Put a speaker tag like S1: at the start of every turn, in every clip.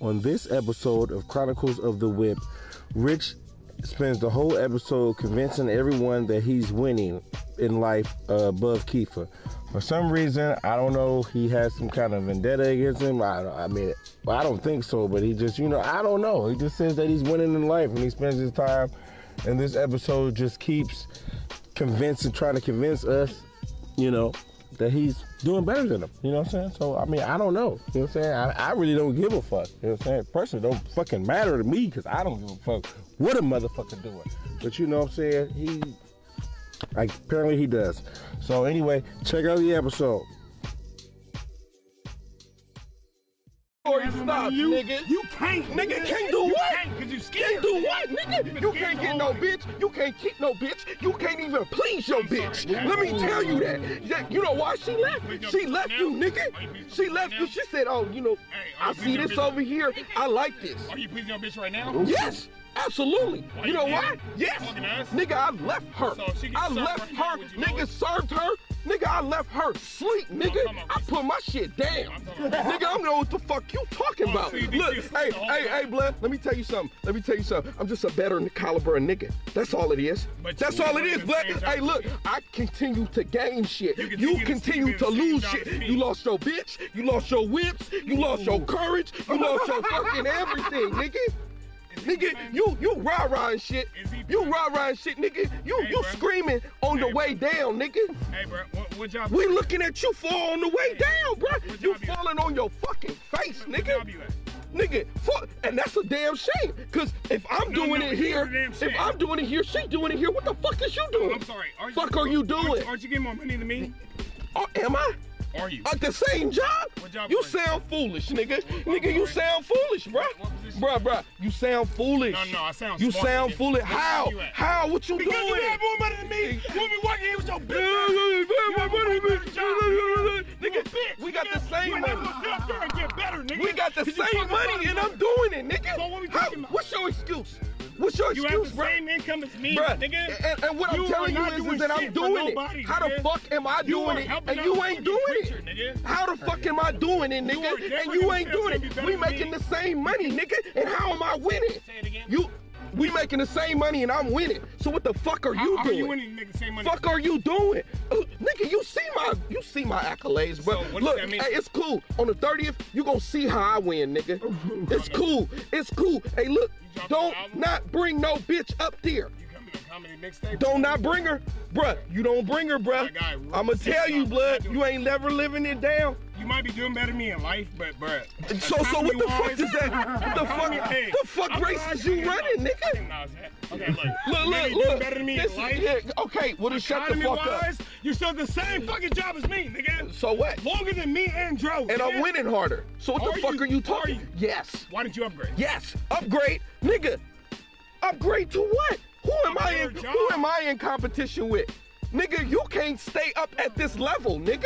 S1: On this episode of Chronicles of the Whip, Rich spends the whole episode convincing everyone that he's winning in life uh, above Kiefer. For some reason, I don't know, he has some kind of vendetta against him. I, I mean, I don't think so, but he just, you know, I don't know. He just says that he's winning in life and he spends his time, and this episode just keeps convincing, trying to convince us, you know, that he's doing better than him. You know what I'm saying? So I mean, I don't know. You know what I'm saying? I, I really don't give a fuck. You know what I'm saying? Personally, don't fucking matter to me because I don't give a fuck what a motherfucker doing. But you know what I'm saying? He, like, apparently he does. So anyway, check out the episode.
S2: Or you stop,
S3: you-
S2: nigga.
S3: you can't, nigga. Can't do
S2: you
S3: what?
S2: Can't, cause you
S3: Can't
S2: scared.
S3: do what, nigga?
S2: been
S3: You
S2: scared
S3: can't
S2: your
S3: get
S2: whole
S3: no
S2: life.
S3: bitch. You can't keep no bitch. You can't even please your bitch.
S2: sorry.
S3: Let me tell you that. Yeah, You know why she left?
S2: Pick up
S3: She left
S2: now.
S3: you, nigga.
S2: Are you picking
S3: She
S2: up
S3: left you.
S2: now?
S3: She said, "Oh, you know,
S2: Hey, are
S3: I
S2: you
S3: see
S2: picking up
S3: this
S2: this-
S3: over here. I like this."
S2: Are you pleasing your bitch right now?
S3: Yes, absolutely.
S2: Why
S3: You
S2: you
S3: know
S2: did
S3: why?
S2: it?
S3: Yes,
S2: Fucking ass.
S3: nigga, I left her.
S2: So she
S3: I
S2: gets served
S3: left
S2: right now,
S3: her.
S2: would you know
S3: Nigga
S2: it?
S3: served her. Nigga, I left her sleep, nigga.
S2: come on,
S3: I
S2: bitch.
S3: put my shit down.
S2: I'm talking about-
S3: nigga, I don't know what the fuck you talking
S2: Oh,
S3: about.
S2: so you think
S3: Look,
S2: she's
S3: hey,
S2: the whole
S3: hey, hey,
S2: time?
S3: blood. Let me tell you something. Let me tell you something. I'm just a better caliber of nigga. That's all it is.
S2: But
S3: That's
S2: you
S3: all it
S2: wouldn't
S3: is,
S2: even
S3: blood.
S2: change
S3: Hey,
S2: your-
S3: look, I continue to gain shit.
S2: You
S3: You
S2: continue to
S3: continue
S2: keep
S3: to
S2: it the
S3: lose
S2: same
S3: shit.
S2: job as me.
S3: You lost your bitch. You lost your whips. You lost your courage. You lost your fucking everything, nigga. Nigga, you you rah rah and shit.
S2: Is he-
S3: You rah rah and shit, nigga. You
S2: Hey,
S3: you
S2: bruh.
S3: screaming on the
S2: Hey,
S3: way down, nigga.
S2: Hey, bro, what, what y'all?
S3: We looking at you fall on the way down, bruh.
S2: What
S3: You
S2: job you at?
S3: falling on your fucking face,
S2: what job
S3: nigga.
S2: you at?
S3: Nigga, fuck, and that's a damn shame. Cause if I'm
S2: No,
S3: doing
S2: no,
S3: it
S2: it's
S3: here,
S2: not a damn
S3: if
S2: shame. Oh,
S3: I'm doing it here, she doing it here. What the fuck is you doing?
S2: I'm sorry. Are you,
S3: Fuck are you
S2: aren't
S3: doing?
S2: Aren't you getting more money than me?
S3: Or Uh, am I?
S2: Are you?
S3: At the same job?
S2: What job
S3: You
S2: are you?
S3: sound foolish, nigga.
S2: What-
S3: Nigga, you
S2: what-
S3: sound foolish, bruh.
S2: what position
S3: Bruh,
S2: you
S3: bruh, you sound foolish.
S2: No, no, I sound
S3: You
S2: smart,
S3: sound
S2: nigga.
S3: foolish.
S2: What
S3: How?
S2: job you at?
S3: How? What you
S2: because
S3: doing?
S2: you have more money than me. We'll be working here with your
S3: Yeah,
S2: bitch. ass.
S3: yeah, yeah, my
S2: have
S3: money,
S2: a
S3: man.
S2: fucking
S3: Yeah,
S2: job,
S3: yeah, yeah, yeah.
S2: You a
S3: Nigga,
S2: bitch,
S3: we got the
S2: nigga.
S3: same
S2: You're
S3: money.
S2: not gonna sit up there and get better, nigga.
S3: We got the
S2: Cause you
S3: same
S2: fucking
S3: money,
S2: fucking
S3: and I'm
S2: broke.
S3: doing it, nigga.
S2: So what we
S3: How-
S2: talking about?
S3: What's your excuse? What's your
S2: You
S3: excuse,
S2: have the
S3: bro?
S2: same income as me,
S3: Bruh,
S2: nigga.
S3: And, and what I'm
S2: You are
S3: telling you
S2: not
S3: is, is
S2: doing
S3: that I'm
S2: shit for
S3: doing
S2: nobody,
S3: it. How the
S2: nigga.
S3: fuck am I
S2: You
S3: doing
S2: are
S3: it?
S2: helping
S3: And
S2: out
S3: you
S2: the
S3: ain't
S2: fucking
S3: doing
S2: preacher,
S3: it.
S2: nigga.
S3: How the fuck am I doing it, nigga?
S2: are
S3: And
S2: never
S3: you
S2: gonna
S3: ain't
S2: sit up
S3: doing
S2: there and be
S3: it.
S2: better
S3: We
S2: than
S3: making
S2: me.
S3: the same money, nigga. And how am I winning?
S2: Say it again.
S3: You, we making the same money, and I'm winning. So what the fuck are you
S2: How are
S3: doing?
S2: you winning? Make the same money.
S3: Fuck are you doing? Uh, nigga, you see my you see my accolades,
S2: So,
S3: bro.
S2: what does
S3: Look,
S2: that mean?
S3: hey, it's cool. On the 30th, you gonna see how I win, nigga. It's cool. It's cool. Hey, look,
S2: dropping
S3: don't
S2: the album?
S3: not bring no bitch up there.
S2: You coming to comedy mixtape?
S3: Don't not bring her. Bruh, you don't bring her, bruh.
S2: My guy,
S3: I'ma
S2: six
S3: tell you,
S2: dollars.
S3: blood,
S2: I do
S3: you ain't never living it down.
S2: You might be doing better than me in life, but bruh.
S3: So so what the fuck is that? What the fuck
S2: Hey,
S3: the fuck
S2: I'm
S3: race
S2: sorry,
S3: is you running,
S2: I acknowledge- I
S3: nigga?
S2: acknowledge that. Okay, look.
S3: Look,
S2: Maybe
S3: look,
S2: you doing
S3: look.
S2: better than me
S3: This-
S2: in life.
S3: yeah, okay, well then shut the fuck up.
S2: Economy-wise, You still the same fucking job as me, nigga.
S3: So what?
S2: Longer than me and Joe.
S3: And I'm
S2: nigga.
S3: winning harder. So what
S2: Are
S3: the fuck
S2: you-
S3: are you
S2: are
S3: talking?
S2: you?
S3: Yes.
S2: Why didn't you upgrade?
S3: Yes, upgrade, nigga. Upgrade to what? Who am I in?
S2: Upgrade your
S3: Who
S2: job.
S3: am I in competition with? Nigga, you can't stay up at this level, nigga.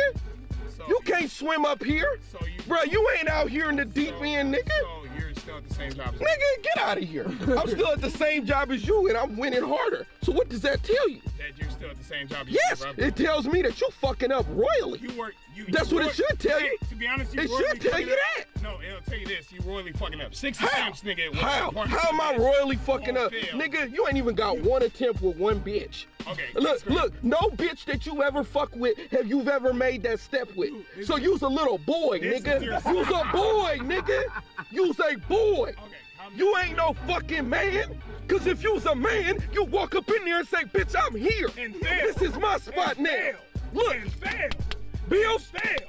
S2: So
S3: You can't swim up here,
S2: So you-
S3: bro. You ain't out here in the deep
S2: so-
S3: end, nigga.
S2: So you're still at the same job as me.
S3: Nigga, get out of here. I'm still at the same job as you, and I'm winning harder. So what does that tell you?
S2: That you're still at the same job as
S3: Yes,
S2: me, bruh.
S3: it tells me that you fucking up royally.
S2: You work. You,
S3: That's
S2: you
S3: what it
S2: work-
S3: should tell you.
S2: Hey, To be honest, you
S3: It
S2: royally
S3: should tell
S2: fucking
S3: you
S2: up.
S3: that.
S2: No, it'll tell you this. You royally fucking up. Six
S3: How?
S2: attempts, nigga. with
S3: How?
S2: one
S3: How am I
S2: bitch.
S3: royally fucking
S2: All
S3: up?
S2: fail.
S3: Nigga, you ain't even got one attempt with one bitch.
S2: Okay, that's
S3: Look,
S2: great.
S3: look, no bitch that you ever fuck with have you've ever made that step with.
S2: this
S3: So you's a little boy,
S2: this
S3: nigga.
S2: is your-
S3: You's a boy, nigga. You's a boy.
S2: Okay, how many-
S3: You ain't no fucking man. Cause if you's a man, you walk up in there and say, bitch, I'm here.
S2: And fail.
S3: this is my spot
S2: And
S3: now.
S2: fail.
S3: Look,
S2: And fail.
S3: Bill,
S2: Fail.
S3: it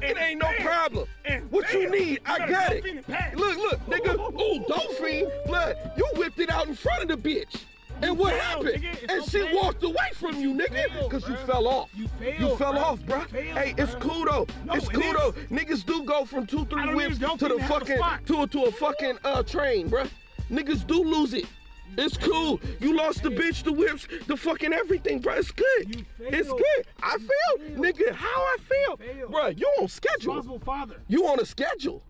S2: And
S3: ain't no
S2: fail.
S3: problem.
S2: And
S3: What you
S2: fail.
S3: need, I
S2: better
S3: got
S2: go
S3: it.
S2: feed and pack.
S3: Look, look, nigga. Ooh, Dolphin, blood. You whipped it out in front of the bitch. And what
S2: You failed,
S3: happened?
S2: nigga. It's
S3: And she
S2: okay.
S3: walked away from you, nigga,
S2: failed,
S3: because you
S2: bruh.
S3: fell off.
S2: You failed,
S3: You fell
S2: bruh.
S3: off,
S2: You
S3: bruh.
S2: failed,
S3: Hey, it's
S2: bruh.
S3: cool though.
S2: No,
S3: it's
S2: it
S3: cool
S2: is.
S3: though. Niggas do go from two,
S2: I
S3: three
S2: don't
S3: whips
S2: even know if
S3: to
S2: you
S3: the
S2: can have a
S3: fucking
S2: spot.
S3: to a to a fucking uh train, bruh. Niggas do lose it. It's cool. You lost the bitch, the whips, the fucking everything, bruh. It's good.
S2: You
S3: It's
S2: failed.
S3: good. I failed,
S2: failed.
S3: nigga. How I failed,
S2: failed.
S3: bruh. You on schedule.
S2: Responsible father.
S3: You on a schedule.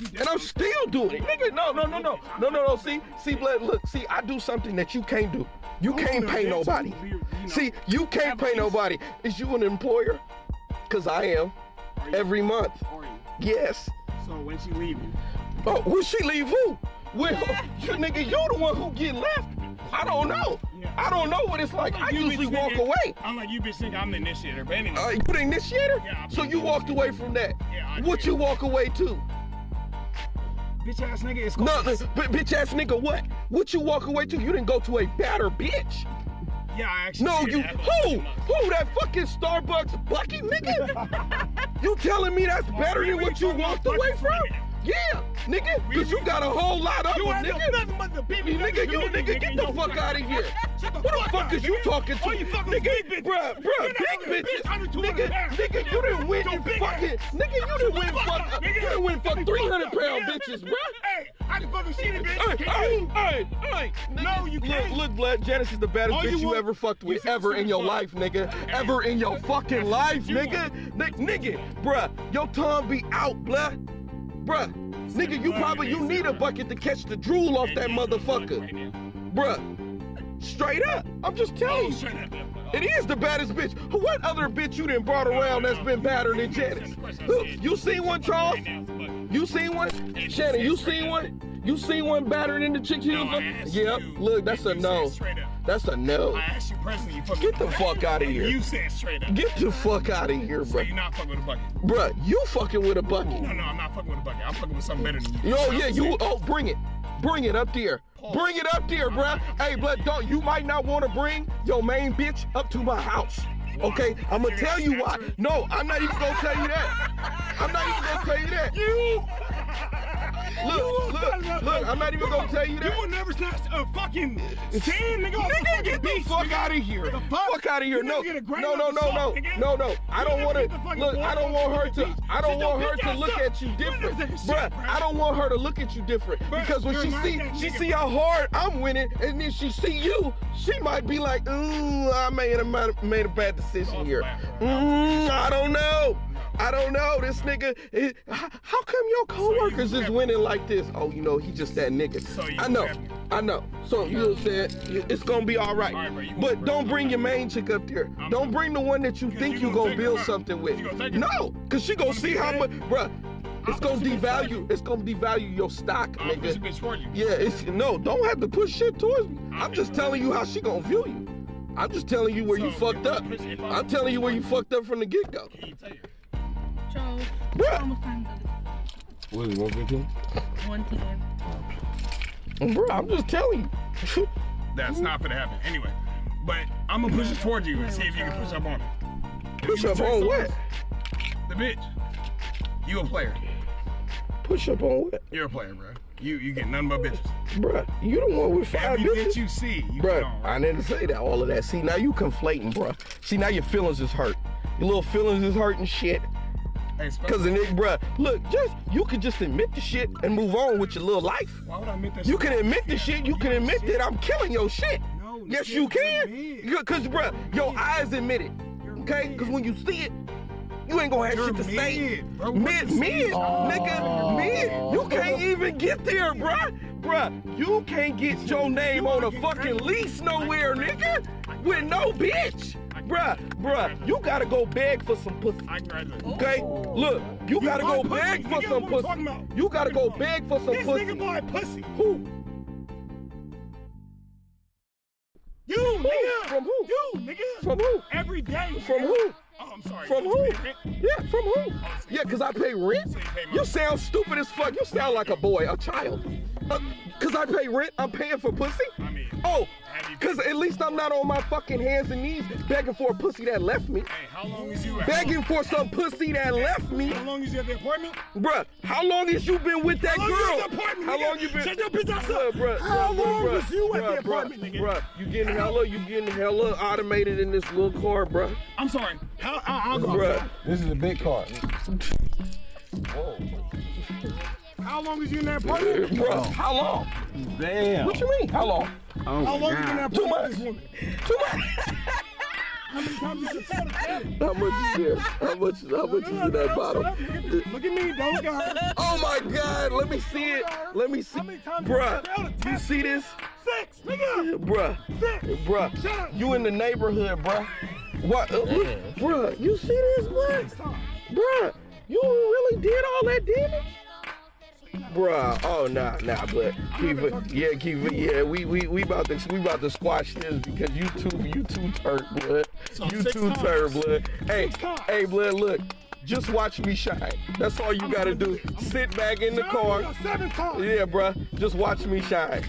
S2: You
S3: And I'm still doing it. Nigga, no, no, no, no. No, no, no. See, see, blood, look, see, I do something that you can't do. You can't pay nobody. See, you can't pay nobody. Is you an employer? Cause I am. Every month.
S2: Are you?
S3: Yes.
S2: So when she leave you,
S3: Oh, will she leave who? Well, you nigga, you the one who get left. I don't know.
S2: Yeah.
S3: I don't know what it's like. I
S2: You bitch
S3: usually walk
S2: thinking-
S3: away.
S2: I'm like you bitch think I'm the initiator, but anyway,
S3: Uh, you the initiator?
S2: Yeah, I'm
S3: so
S2: the
S3: you walked away from that.
S2: Yeah, I
S3: what
S2: did.
S3: you walk away to?
S2: bitch ass nigga is
S3: No,
S2: close.
S3: bitch ass nigga, what? What you walk away to? You didn't go to a batter bitch.
S2: Yeah, I actually.
S3: No,
S2: did
S3: you
S2: that.
S3: who? Who that fucking Starbucks bucket nigga? you telling me that's better
S2: we
S3: than what
S2: really
S3: you
S2: talking
S3: walked
S2: about
S3: away
S2: buckets
S3: from?
S2: right now.
S3: Yeah, nigga,
S2: We-
S3: cause you
S2: we-
S3: got a whole lot of
S2: You
S3: them,
S2: ain't no
S3: nigga.
S2: nothing but the BBW
S3: Nigga, you
S2: community,
S3: nigga, get the
S2: you
S3: fuck
S2: fuck
S3: out of here.
S2: Shut the
S3: Who the
S2: fuck
S3: fuck
S2: up,
S3: is you
S2: nigga.
S3: talking to?
S2: All you fucking is
S3: nigga,
S2: big bitches.
S3: bruh,
S2: You're not
S3: bruh,
S2: only a
S3: big
S2: bitch, I'm a
S3: bitches.
S2: two-hundred
S3: Nigga,
S2: pound.
S3: nigga, you didn't win
S2: Yo,
S3: you
S2: big
S3: fucking,
S2: ass.
S3: nigga, you
S2: Shut
S3: didn't
S2: the
S3: win
S2: fuck
S3: fuck,
S2: up,
S3: you
S2: nigga.
S3: didn't win fuck
S2: Shut the fuck
S3: 300
S2: up,
S3: pound
S2: nigga.
S3: bitches, bruh.
S2: Hey, I can fucking see the
S3: Hey,
S2: bitch. Can
S3: hey,
S2: you?
S3: hey, hey,
S2: No, you can't.
S3: Look, look, Vlad, Janice is the baddest
S2: All
S3: bitch
S2: you
S3: you,
S2: want-
S3: ever fucked
S2: You
S3: with,
S2: see the
S3: ever in your life,
S2: superstar.
S3: nigga.
S2: Hey.
S3: Ever in your fucking
S2: That's
S3: life,
S2: what you
S3: nigga. Ni- nigga, bruh, your tongue be out, bruh. Bruh, nigga, you
S2: blood
S3: probably,
S2: in
S3: you
S2: his
S3: need a
S2: blood.
S3: bucket to catch the drool off
S2: And
S3: that
S2: you look right
S3: motherfucker.
S2: now.
S3: Bruh, straight up, I'm just
S2: Oh,
S3: telling you.
S2: shut up.
S3: It is the baddest bitch. Who- What other bitch you done brought around that's been badder than Janice? Who- You seen one, Charles? You seen one? Shannon, you seen one? You seen one badder than the chick you
S2: No,
S3: was
S2: I
S3: with?
S2: asked
S3: Yep.
S2: you
S3: Look, that's
S2: if
S3: a
S2: you
S3: no.
S2: said straight up.
S3: That's a no.
S2: I asked you personally. You fucking
S3: Get the fuck outta here.
S2: You said straight up.
S3: Get the fuck out of here,
S2: so
S3: bro.
S2: you're not fucking with a bucket.
S3: Bruh, you fucking with a bucket.
S2: No, no, I'm not fucking with a bucket. I'm fucking with something better than you.
S3: Yo, yeah, you. Oh, bring it. Bring it up there. Bring it up there, bruh. Hey, blood, don't. You might not want to bring your main bitch up to my house. Okay, I'm gonna tell you why. No, I'm not even gonna tell you that. I'm not even gonna tell you that.
S2: You.
S3: Look, look, look. I'm not even gonna tell you
S2: You will
S3: that.
S2: never snatch a fucking sand, nigga. off
S3: Nigga,
S2: the
S3: get the
S2: beach,
S3: fuck
S2: nigga.
S3: out of here.
S2: The fuck?
S3: Fuck out of here.
S2: You
S3: No,
S2: never get a
S3: no,
S2: grain
S3: no, no,
S2: of salt,
S3: no,
S2: nigga.
S3: no, no. I
S2: You
S3: don't
S2: never
S3: want
S2: get the
S3: to.
S2: fucking
S3: Look, I don't
S2: water
S3: want her
S2: off the
S3: to.
S2: beach.
S3: I
S2: Sit
S3: don't
S2: your
S3: want her
S2: bitch
S3: to
S2: ass
S3: look
S2: up.
S3: at you
S2: You never
S3: different,
S2: take a shit,
S3: bruh.
S2: bruh.
S3: I don't want her to look at you different
S2: Bruh,
S3: because when
S2: you're
S3: she
S2: not
S3: see,
S2: that
S3: she
S2: nigga,
S3: see
S2: bruh.
S3: how hard I'm winning, and then she see you, she might be like, ooh, I made a ma- made a bad decision
S2: Off
S3: here.
S2: black, bruh.
S3: Mm, I don't know. I don't know. This nigga, it- h- how come your coworkers is
S2: kept-
S3: winning like this? Oh, you know, he just that nigga.
S2: So you
S3: I know.
S2: kept-
S3: I know. So you know what I'm saying? It's gonna be all right.
S2: All right, bro, you-
S3: but don't bring your main chick up there.
S2: I'm-
S3: don't bring the one that you
S2: Cause
S3: think
S2: you
S3: you
S2: gonna
S3: gonna
S2: take her
S3: build
S2: from.
S3: something with.
S2: You gonna take her
S3: No, cause she gonna
S2: Wanna
S3: see
S2: be
S3: how
S2: bad?
S3: much, bruh. It's
S2: I'll
S3: gonna
S2: push a bitch for you.
S3: devalue. It's gonna devalue your stock,
S2: I'll push a
S3: nigga.
S2: bitch for you.
S3: Yeah, it's no. Don't have to push shit towards me.
S2: I'll
S3: I'm
S2: push
S3: just
S2: her.
S3: telling you how she gonna view you. I'm just telling you where you
S2: So,
S3: fucked
S2: if I
S3: up.
S2: push- if I
S3: I'm
S2: push
S3: telling you where
S2: her-
S3: you fucked up from the get go.
S2: Can you tell you?
S4: Charles,
S3: Bruh.
S4: I'm a fan of
S1: What is it, 115?
S4: this. 1 p.m.
S3: Bro, I'm just telling you.
S2: That's not gonna happen. Anyway, but I'm gonna push it towards you and see if you can push up on it. If
S3: Push
S2: you
S3: up
S2: can
S3: on
S2: take
S3: what?
S2: some- The bitch. You a player.
S3: Push up on what?
S2: You're a player, bro. You you get nothing but bitches.
S3: Bruh, you the one with five
S2: Every
S3: bitches.
S2: bitch you see, you
S3: Bruh,
S2: get on.
S3: I
S2: Right?
S3: didn't say that, all of that. See, now you conflating, bruh. See, now your feelings is hurt. Your little feelings is hurt and shit.
S2: Hey,
S3: Cause
S2: especially-
S3: the nigga, bruh, look, just, you could just admit the shit and move on with your little life.
S2: why would I admit that?
S3: You
S2: shit?
S3: can admit the shit, you can admit that I'm killing your shit.
S2: No,
S3: Yes,
S2: you
S3: you can.
S2: admit.
S3: Yeah, Cause, bruh, your eyes admit it. Okay? Cause when you see it, you ain't gonna have
S2: You're
S3: shit to say.
S2: mid, bro. What
S3: Mid,
S2: you
S3: mid,
S2: saying?
S3: nigga, mid. You can't even get there, bruh. Bruh, you can't get your name on a fucking lease nowhere, nigga. With no bitch. Bruh, bruh, you gotta go beg for some pussy.
S2: I graduated.
S3: Okay? Look, you gotta go
S2: buy pussy,
S3: beg for
S2: nigga,
S3: some
S2: what we talking
S3: pussy.
S2: about?
S3: You gotta go
S2: Nigga,
S3: beg for some
S2: This
S3: pussy.
S2: nigga buy pussy.
S3: Who?
S2: You, nigga.
S3: From who?
S2: You, nigga.
S3: From who?
S2: Every day.
S3: From
S2: nigga.
S3: who?
S2: Oh, I'm sorry.
S3: From
S2: You
S3: who?
S2: just made it.
S3: Yeah, from who? Yeah, because I pay rent. You sound stupid as fuck. You sound like a boy, a child. Because I pay rent, I'm paying for pussy?
S2: I mean,
S3: Oh,
S2: have you-
S3: because at least I'm not on my fucking hands and knees begging for a pussy that left me.
S2: Hey, how long is you at
S3: Begging for some pussy that left me.
S2: How long is you at the apartment?
S3: Bruh, how long has you been with that
S2: How long you
S3: girl?
S2: at the apartment,
S3: how
S2: nigga?
S3: long you been?
S2: Shut your bitch ass
S3: Bruh,
S2: up.
S3: bruh,
S2: How
S3: bruh,
S2: long
S3: bruh,
S2: was you at
S3: bruh,
S2: the apartment,
S3: bruh,
S2: nigga?
S3: Bruh, you getting hella, you getting hella automated in this little car, bruh.
S2: I'm sorry. How I, I'll go.
S3: Bruh,
S1: This is a big car.
S2: How long is you in that apartment?
S3: bruh, how long?
S1: Damn.
S3: What you mean? How long?
S2: How long you in that
S3: Oh, Too
S2: apartment? with
S3: much.
S2: this woman?
S3: Too much.
S2: How many times you said that?
S3: How much is there? How much? How much is in that bottle?
S2: Look at me, don't go.
S3: Oh my God! Let me see it. Let me see,
S2: How many times
S3: bruh.
S2: you failed a
S3: You
S2: test?
S3: see this,
S2: Six, nigga.
S3: bruh?
S2: Six. Shut
S3: Bruh,
S2: up.
S3: you in the neighborhood, bruh? What, uh, look, bruh? You see this, bruh?
S2: Stop.
S3: Bruh, You really did all that damage? Bruh, oh nah, nah, but Kiva, yeah, Kiva, yeah, we we we about to we about to squash this because you two you two turd blood,
S5: So
S3: you
S5: six
S3: two
S5: times.
S3: turd blood. Hey,
S5: Six times.
S3: hey, blood, look, just watch me shine. That's all you gotta do. Sit back in the car.
S5: Seven times.
S3: Yeah, bruh, just watch me shine.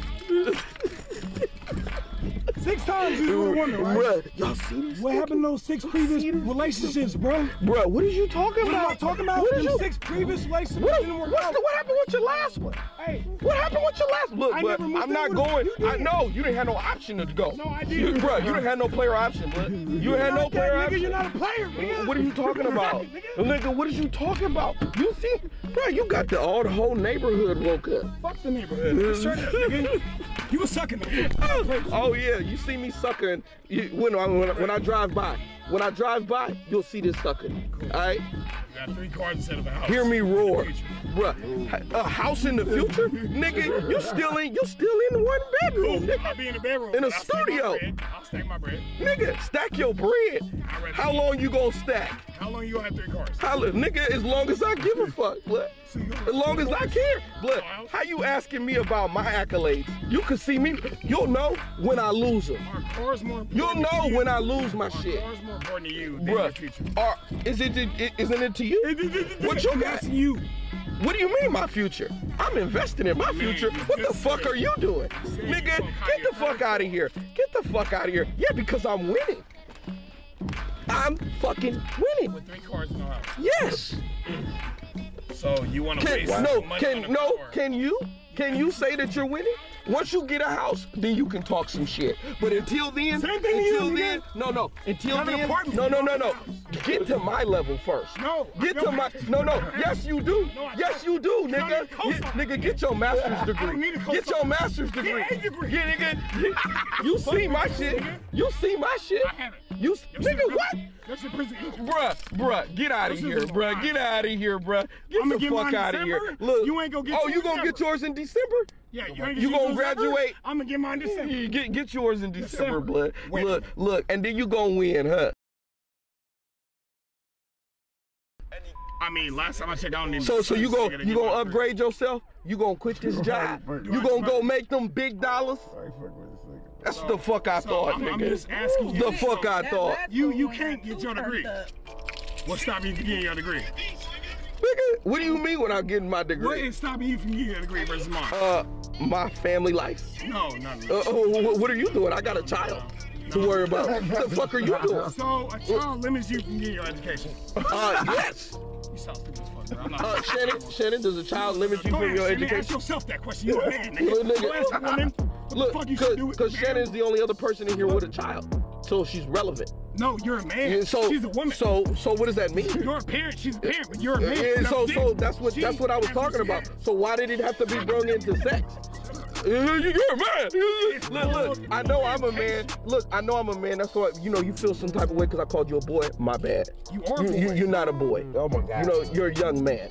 S5: Six times you were a woman, right?
S3: Bruh, y'all see this?
S5: What happened to those six previous relationships, bro?
S3: Bruh, what is you talking
S5: What
S3: about?
S5: am I talking about?
S3: What
S5: Them
S3: is you?
S5: six previous relationships
S3: What,
S5: didn't work
S3: what's
S5: out.
S3: the, what happened with your last one?
S5: Hey,
S3: What happened with your last look?
S5: I
S3: but
S5: never moved
S3: I'm
S5: in
S3: not
S5: with him.
S3: going.
S5: You
S3: I
S5: did.
S3: know you didn't have no option to go.
S5: No, I
S3: You,
S5: didn't.
S3: bro, you didn't have no player option, bud. You had no
S5: not that,
S3: player
S5: nigga.
S3: option.
S5: You're not a player, nigga.
S3: What are you talking about,
S5: Nigga,
S3: nigga? What is you talking about? You see, bro, you got the all the whole neighborhood woke up.
S5: Fuck the neighborhood. Shut up, nigga. You was sucking them.
S3: Oh yeah, you see me sucking. You, when, I, when, I, when I drive by, when I drive by, you'll see this sucker. All right.
S2: You got three cars instead of a house.
S3: Hear me roar,
S2: In the future.
S3: bruh. A house in the future, nigga. You still in, you still in one bedroom,
S2: Cool. I'll
S3: nigga.
S2: be in the bedroom.
S3: In a
S2: but I'll stack my
S3: studio.
S2: bread. I'll stack my bread.
S3: Nigga, stack your bread.
S2: I'd rather
S3: How
S2: eat.
S3: long you gonna stack?
S2: How long you gonna have three cars?
S3: How, nigga, as long as I give a fuck, blood. As long as I care, blood. How you asking me about my accolades? You can see me. You'll know when I lose them.
S2: Are cars more important
S3: You'll
S2: to
S3: know
S2: you?
S3: when I lose my shit.
S2: Are cars more important to you than your future?
S3: Bruh, are, is it, it isn't it to you? What you
S5: I'm
S3: got?
S5: asking you.
S3: What do you mean my future? I'm investing in my future. What the fuck are you doing? Nigga, get the fuck out of here. Get the fuck out of here. Yeah, because I'm winning. I'm fucking winning.
S2: With three cars in the house.
S3: Yes.
S2: So you want to
S3: Can,
S2: waste
S3: no,
S2: money on
S3: can
S2: a
S3: no,
S2: car.
S3: can you? Can you say that you're winning? Once you get a house, then you can talk some shit. But until then,
S5: Same thing to you,
S3: until
S5: nigga.
S3: then, no, no, until
S5: Have an
S3: then,
S5: apartment.
S3: no, no, no, no. Get to my level first.
S5: No, I
S3: Get to
S5: don't
S3: my,
S5: have to.
S3: no, no. Yes, you do.
S5: No, I
S3: Yes,
S5: don't.
S3: you do,
S5: I
S3: nigga.
S5: need a
S3: Get-
S5: cosign.
S3: nigga, get your master's degree.
S5: need a
S3: get
S5: cosign.
S3: your master's degree.
S5: a degree.
S3: Yeah, nigga. You- You see my shit. You see my shit.
S2: I haven't.
S3: You, s-
S2: Your shit
S3: nigga,
S2: really-
S3: what?
S2: Your shit prison.
S3: Bruh, bruh, get out of
S5: This is
S3: here,
S5: a
S3: bruh.
S5: lie.
S3: Get out of here, bruh. Get
S5: I'ma
S3: the
S5: get
S3: fuck
S5: mine in
S3: out of here.
S5: December.
S3: Look,
S5: You ain't gonna get
S3: Oh,
S5: yours
S3: you
S5: in
S3: gonna get
S5: December.
S3: yours in December?
S2: Yeah, you
S3: You gonna graduate? Mm-hmm.
S5: I'm gonna get mine this
S3: You get get yours in December,
S5: December.
S3: blood.
S5: Wait.
S3: Look, look, and then you gonna win, huh?
S2: I mean, last time I checked, I don't need.
S3: So, so you
S2: go,
S3: gonna you gonna upgrade yourself? You gonna quit this job?
S5: fuck.
S3: You gonna go make them big dollars? That's the fuck I
S2: so
S3: thought,
S2: I'm- I'm
S3: nigga.
S2: just asking you.
S3: The fuck I thought,
S5: You- you
S4: one
S5: can't
S4: had
S5: get
S4: two
S5: your
S4: turned
S2: degree.
S4: up.
S2: What stop you from getting your degree?
S3: nigga. What do you mean when I'm getting my
S2: What
S3: degree?
S2: is stopping you from getting your degree versus mine?
S3: Uh, my family life.
S2: no, no, no.
S3: Uh, oh, wh- what are you doing? I got a child to worry about. What the fuck are you doing?
S2: so a child limits you from getting your education.
S3: Uh, yes.
S2: You sound stupid as fuck, bro. I'm not.
S3: Uh, Shannon, Shannon, does a child limit you
S2: Go
S3: from
S2: ahead,
S3: your
S2: Shannon, Ask
S3: education?
S2: yourself that question. You a man,
S3: Look,
S2: nigga.
S3: nigga. uh,
S2: Go ask a woman. What the fuck you should do with
S3: because
S2: a man?
S3: Shannon's the only other person in here with a child, so she's relevant.
S2: No, you're a man.
S3: And so,
S2: she's a woman.
S3: so, so, what does that mean?
S2: you're a parent. She's a parent, but you're a man.
S3: And so,
S2: That's
S3: so
S2: it.
S3: that's what
S2: She
S3: that's what I was
S2: has
S3: talking
S2: to
S3: about.
S2: share.
S3: So why did it have to be brung into sex? Uh, You're a man. Look, look. I know I'm a man. Look, I know I'm a man. That's why you know you feel some type of way because I called you a boy. My bad.
S2: You are a
S3: You,
S2: boy.
S3: you, are not a boy. Oh my god. You know you're a young man.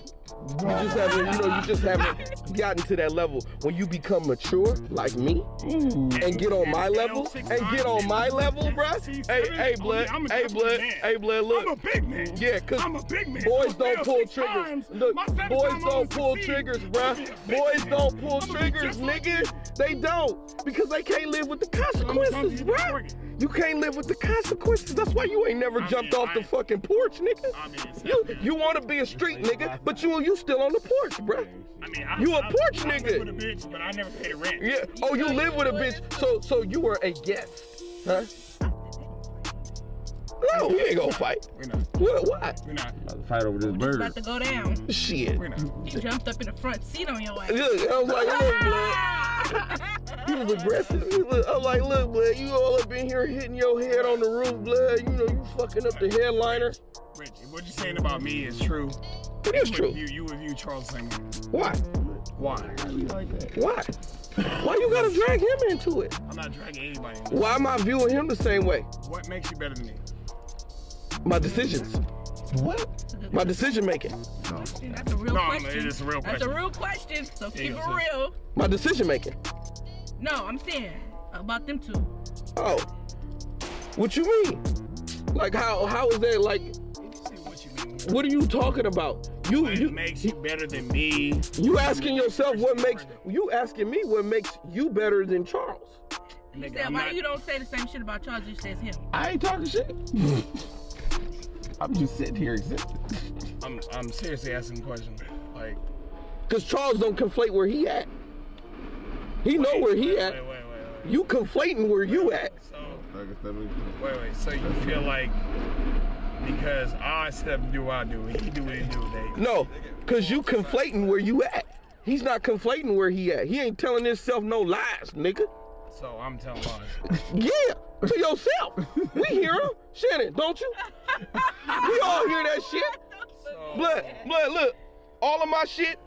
S3: You just haven't. You know you just haven't gotten to that level. When you become mature like me, and get on my level, and get on my level, bruh. Hey,
S2: Oh,
S3: hey, blood. Hey, blood. Hey, blood. Look.
S2: I'm a big man.
S3: Yeah, cause
S2: I'm a big man.
S3: Boys don't
S2: I failed
S3: pull
S2: six
S3: triggers.
S2: times.
S3: Look,
S2: My seventh
S3: boys
S2: time I
S3: don't
S2: was
S3: pull
S2: succeed.
S3: triggers,
S2: I'm a
S3: bruh.
S2: big
S3: Boys
S2: man.
S3: don't pull
S2: I'm a big
S3: triggers,
S2: just like
S3: nigga. They don't because they can't live with the consequences,
S2: you been
S3: bruh.
S2: working.
S3: You can't live with the consequences. That's why you ain't never
S2: I
S3: jumped
S2: mean,
S3: off the
S2: I-
S3: fucking porch, nigga.
S2: I mean, it's
S3: You
S2: happening.
S3: you want to be a street nigga, but you you still on the porch, bruh.
S2: I mean, I,
S3: You a
S2: a
S3: porch
S2: I,
S3: nigga.
S2: I live with a bitch, but I never paid a rent.
S3: Yeah. Oh, you live with a bitch. So so you were a guest, huh? No, we ain't gonna fight.
S2: We're not.
S3: What? Why?
S2: We're not.
S1: Fight over this
S4: It's
S1: bird.
S4: about to go down.
S3: Shit.
S2: We're not.
S4: He jumped up in the front seat on your ass.
S3: Look, I was like, look, blood. He was aggressive. He was- I'm like, look, blood, you all up in here hitting your head on the roof, blood. You know, you fucking up the headliner.
S2: Rich, what you saying about me is true.
S3: It is
S2: You,
S3: true.
S2: you, you review Charles the same way.
S3: Why?
S2: Why?
S3: Why? Why you gotta drag him into it?
S2: I'm not dragging anybody. into it.
S3: Why am I viewing him the same way?
S2: What makes you better than me?
S3: My decisions. What? My decision making.
S4: That's a real
S2: No,
S4: question.
S2: it is a real
S4: That's a
S2: question.
S4: real question. So keep
S2: go,
S4: it
S2: sis.
S4: real.
S3: My decision making.
S4: No, I'm saying about them two.
S3: Oh. What you mean? Like how how is that like
S2: You say what you mean.
S3: what are you talking about? You-
S2: what
S3: you-
S2: makes you better than me?
S3: You asking yourself what makes you asking me what makes you better than Charles?
S4: You
S2: Nigga,
S4: said,
S2: I'm
S4: why
S2: not-
S4: you don't say the same shit about Charles? You says him.
S3: I ain't talking shit. I'm just sitting here existing.
S2: I'm I'm seriously asking the question. Like,
S3: Cause Charles don't conflate where he at. He know where he
S2: wait,
S3: at.
S2: Wait, wait, wait, wait.
S3: You conflating where you at.
S2: So
S6: Nigga,
S2: wait, wait. So you feel like because I step do what I do, he do what he do, they.
S3: No, cause you conflating where you at. He's not conflating where he at. He ain't telling himself no lies, nigga.
S2: So I'm telling lies.
S3: Yeah, to yourself. We hear him, Shannon. Don't you? We all hear that shit.
S2: So,
S3: Blood, blood, look. All of my shit,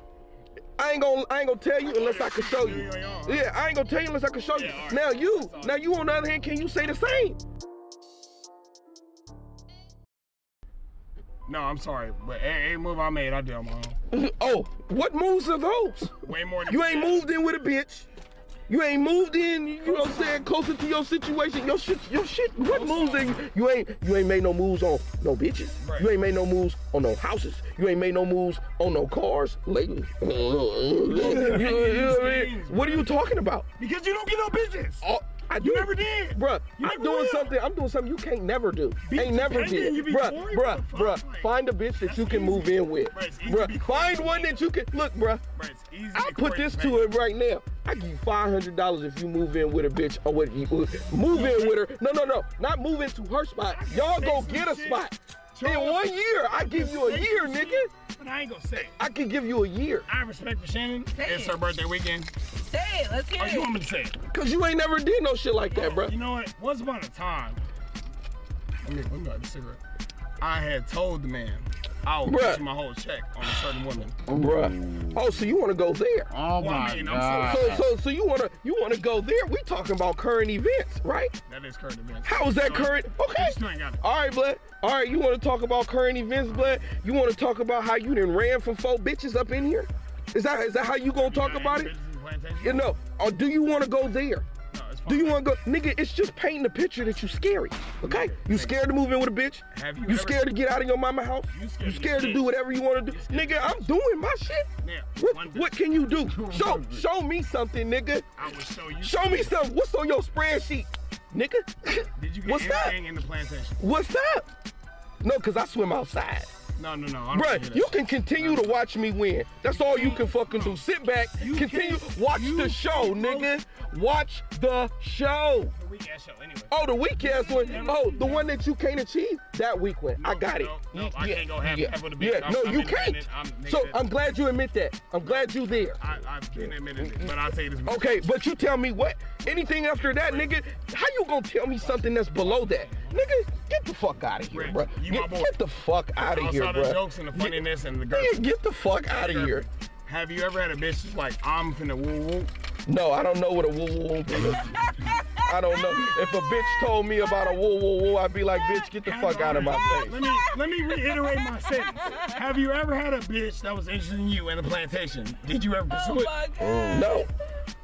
S3: I ain't gonna I ain't gonna tell you unless I can show you. Yeah, I ain't gonna tell you unless I can show you.
S2: Yeah, all right.
S3: Now you,
S2: That's all.
S3: now you on the other hand, can you say the same?
S2: No, I'm sorry, but every, every move I made, I did on my own.
S3: Oh, what moves are those?
S2: Way more. Than
S3: You ain't moved in with a bitch. You ain't moved in, you know what I'm saying, closer to your situation. Your shit, your shit, what moves in you ain't you ain't made no moves on no bitches.
S2: Right.
S3: You ain't made no moves on no houses. You ain't made no moves on no cars lately. You- you know what, I mean? What are you talking about?
S2: Because you don't get no business.
S3: Oh, I
S2: You
S3: do-
S2: never did.
S3: Bruh,
S2: You
S3: I'm
S2: never
S3: doing
S2: will.
S3: something. I'm doing something you can't never do.
S2: Be
S3: ain't never
S2: independent,
S3: did.
S2: you be
S3: Bruh,
S2: boring,
S3: bruh,
S2: what the
S3: bruh.
S2: fuck?
S3: Find a bitch that
S2: That's
S3: you can
S2: easy.
S3: move in with.
S2: Bruh, it's easy to be
S3: Bruh, find
S2: corny.
S3: one that you can look, bruh.
S2: Bruh, it's easy to
S3: I'll
S2: be
S3: put
S2: corny
S3: this
S2: as
S3: to
S2: hell.
S3: him right now. I give you five hundred dollars if you move in with a bitch or what you uh, move in with her. No, no, no, not move into her spot. Y'all go
S2: Say some
S3: get a
S2: shit.
S3: spot. In
S2: Charles,
S3: one year, I give you a
S2: say
S3: year,
S2: some shit,
S3: nigga.
S2: But I ain't gonna say. it.
S3: I can give you a year.
S2: I have respect for Shannon.
S4: Say
S2: it's
S4: it.
S2: her birthday weekend.
S4: Say it. Let's hear
S2: Oh, you want me
S4: it.
S2: to say it?
S3: Cause you ain't never did no shit like that,
S2: You
S3: bruh.
S2: know what? Once upon a time, let me, let me light this cigarette. I had told the man I would
S3: Bruh.
S2: put you my whole check on a certain woman.
S3: Bruh. Oh, so you wanna go there.
S6: Oh
S2: Well, I
S6: my
S2: mean, I'm
S6: god.
S3: So so so you wanna you wanna go there? We talking about current events, right?
S2: That is current events.
S3: How is that
S2: So,
S3: current? Okay.
S2: You still ain't got it.
S3: All right, blood. All right, you want to talk about current events, blood? You want to talk about how you done ran from four bitches up in here? Is that is that how you gonna
S2: You
S3: talk
S2: got
S3: about
S2: any
S3: it?
S2: bitches in the plantation?
S3: You know, or do you want to go there?
S2: No, it's fine.
S3: Do you want to go, nigga? It's just painting the picture that you scary. Okay, you scared to move in with a bitch.
S2: Have you
S3: you
S2: ever-
S3: scared to get out of your mama house.
S2: You scared
S3: You
S2: to
S3: scared to
S2: get-
S3: do whatever you want to do,
S2: scared
S3: nigga. I'm doing my shit.
S2: Now, one
S3: What
S2: thing.
S3: what can you do? Show show me something, nigga.
S2: I will show you.
S3: Show me something. What's on your spreadsheet, nigga?
S2: Did you get
S3: What's up?
S2: anything in the plantation?
S3: What's up? No, cause I swim outside.
S2: No, no, no. I don't wanna hear
S3: Bruh,
S2: that
S3: you
S2: shit.
S3: can continue to watch me win. That's all you can fucking do. Sit back,
S2: You
S3: continue,
S2: can't-
S3: watch
S2: you
S3: the show,
S2: can't, bro.
S3: nigga. Watch the show.
S2: The weak ass show, anyway.
S3: Oh, the weak ass one. Oh, the one that you can't achieve. That weak one. I got it.
S2: no, no, I can't go half- half with a bitch.
S3: Yeah,
S2: I'm-
S3: no,
S2: I'm
S3: you
S2: independent.
S3: can't.
S2: I'm-
S3: so
S2: nigga,
S3: I'm glad you admit that. I'm glad you there.
S2: I, I've been admitting it, but I'll tell you this. much.
S3: Okay, but you tell me what? Anything after that, nigga? How you gonna tell me something that's below that, nigga? Get the fuck out of here,
S2: Rick,
S3: bruh.
S2: you my
S3: Get,
S2: boy.
S3: get the fuck out of
S2: Outside
S3: here,
S2: of the
S3: bruh.
S2: jokes and the funniness and the girl.
S3: Nigga, get the fuck out of here.
S2: Have you ever had a bitch that's like, I'm finna woo woo?
S3: No, I don't know what a woo woo woo is. I don't know. If a bitch told me about a woo woo woo, I'd be like, bitch, get the fuck out of my
S2: Let
S3: face.
S2: me let me reiterate my sentence. Have you ever had a bitch that was interested in you in the plantation? Did you ever pursue
S4: Oh
S2: it?
S4: my god.
S3: No.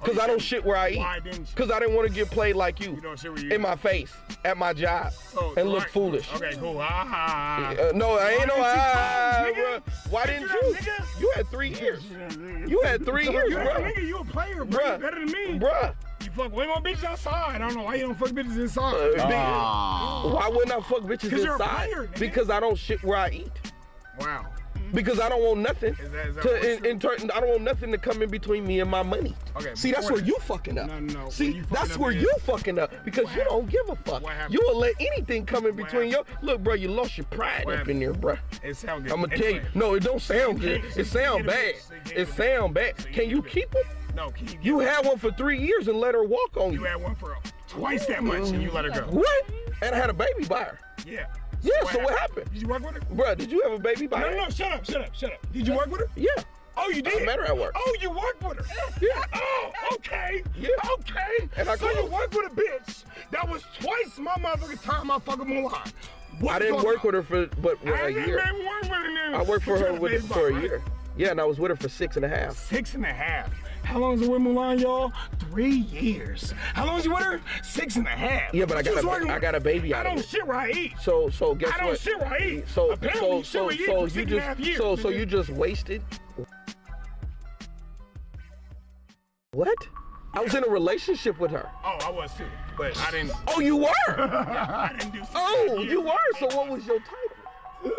S3: Cause I don't shit where I
S2: Oh, Why
S3: eat.
S2: didn't you?
S3: Cause I didn't want to get played like you
S2: You don't shit where you
S3: in my face at my job
S2: So,
S3: and look
S2: right.
S3: foolish.
S2: Okay, cool. Ah, Ha, ha, ha.
S3: Uh, no, I ain't no.
S2: didn't you
S3: ah,
S2: come, nigga?
S3: bruh. Why
S2: Pick
S3: didn't
S2: it
S3: you?
S2: up, nigga.
S3: You had three years. You had three years,
S2: You a
S3: bro.
S2: nigga, you a player, bro. You
S3: Bruh.
S2: better than me.
S3: Bruh.
S2: You fuck way more bitches outside. I don't know why you don't fuck bitches inside.
S3: Uh, nigga,
S6: Ah.
S3: Why wouldn't I fuck bitches
S2: 'Cause you're a
S3: inside?
S2: player, nigga.
S3: because I don't shit where I eat.
S2: wow.
S3: because I don't want nothing
S2: Is that- is that what
S3: to in,
S2: you-
S3: in turn, I don't want nothing to come in between me and my money.
S2: Okay,
S3: See, that's
S2: before
S3: where
S2: that-
S3: you fucking up.
S2: No, no, no. Where
S3: See,
S2: you fucking
S3: that's
S2: up
S3: where
S2: is-
S3: you fucking up because you don't give a fuck.
S2: What happened?
S3: You will let anything come in between your
S2: happened?
S3: look, bro. You lost your pride
S2: What
S3: up in
S2: happened?
S3: there, bro.
S2: It sound good.
S3: I'm gonna tell
S2: Anyway,
S3: you, no, it don't sound good.
S2: can't- so
S3: It
S2: you
S3: sound
S2: can't
S3: bad.
S2: admit- so you can't
S3: It
S2: admit-
S3: sound bad.
S2: so you
S3: Can
S2: can't
S3: you
S2: admit-
S3: keep it?
S2: No, can you get
S3: You had one for three years and let her walk on
S2: You
S3: you.
S2: had one for twice that much and you let her go.
S3: What? And I had a baby by her,
S2: Yeah.
S3: Yeah, so what happened?
S2: Did you work with her?
S3: bro. Did you have a baby by
S2: No,
S3: her?
S2: no, no, shut up, shut up, shut up. Did you work with her?
S3: Yeah.
S2: Oh, you
S3: I
S2: did?
S3: met her at work.
S2: Oh, you worked with her?
S3: Yeah.
S2: Oh, okay.
S3: Yeah.
S2: Okay.
S3: And I
S2: so you
S3: called.
S2: worked with a bitch that was twice my motherfucking time I fucking Mulan. What
S3: I
S2: you
S3: didn't
S2: talking
S3: work
S2: about?
S3: with her for but
S2: I
S3: a
S2: didn't
S3: year.
S2: even work with her.
S3: I worked for
S2: But you
S3: her
S2: had
S3: with
S2: baby
S3: for a
S2: by,
S3: year.
S2: right?
S3: Yeah, and I was with her for six and a half.
S5: Six and a half. How long is it with Mulan, y'all? Three years. How long is you with her? Six and a half.
S3: Yeah, but I
S5: What
S3: got
S5: you
S3: a-
S5: arguing
S3: I
S5: with?
S3: got a baby out
S5: I
S3: of
S5: don't
S3: it.
S5: shit where I eat.
S3: So so guess
S5: I don't
S3: what?
S5: shit where I eat.
S3: So
S5: Apparently, shit
S3: so
S5: where I eat
S3: so so
S5: for
S3: you
S5: six and a half
S3: just
S5: years,
S3: so so
S5: nigga.
S3: you just wasted. What? I was in a relationship with her.
S2: Oh, I was too, but I didn't.
S3: Oh, you were.
S2: I didn't do.
S3: Oh, you were. So what was your title?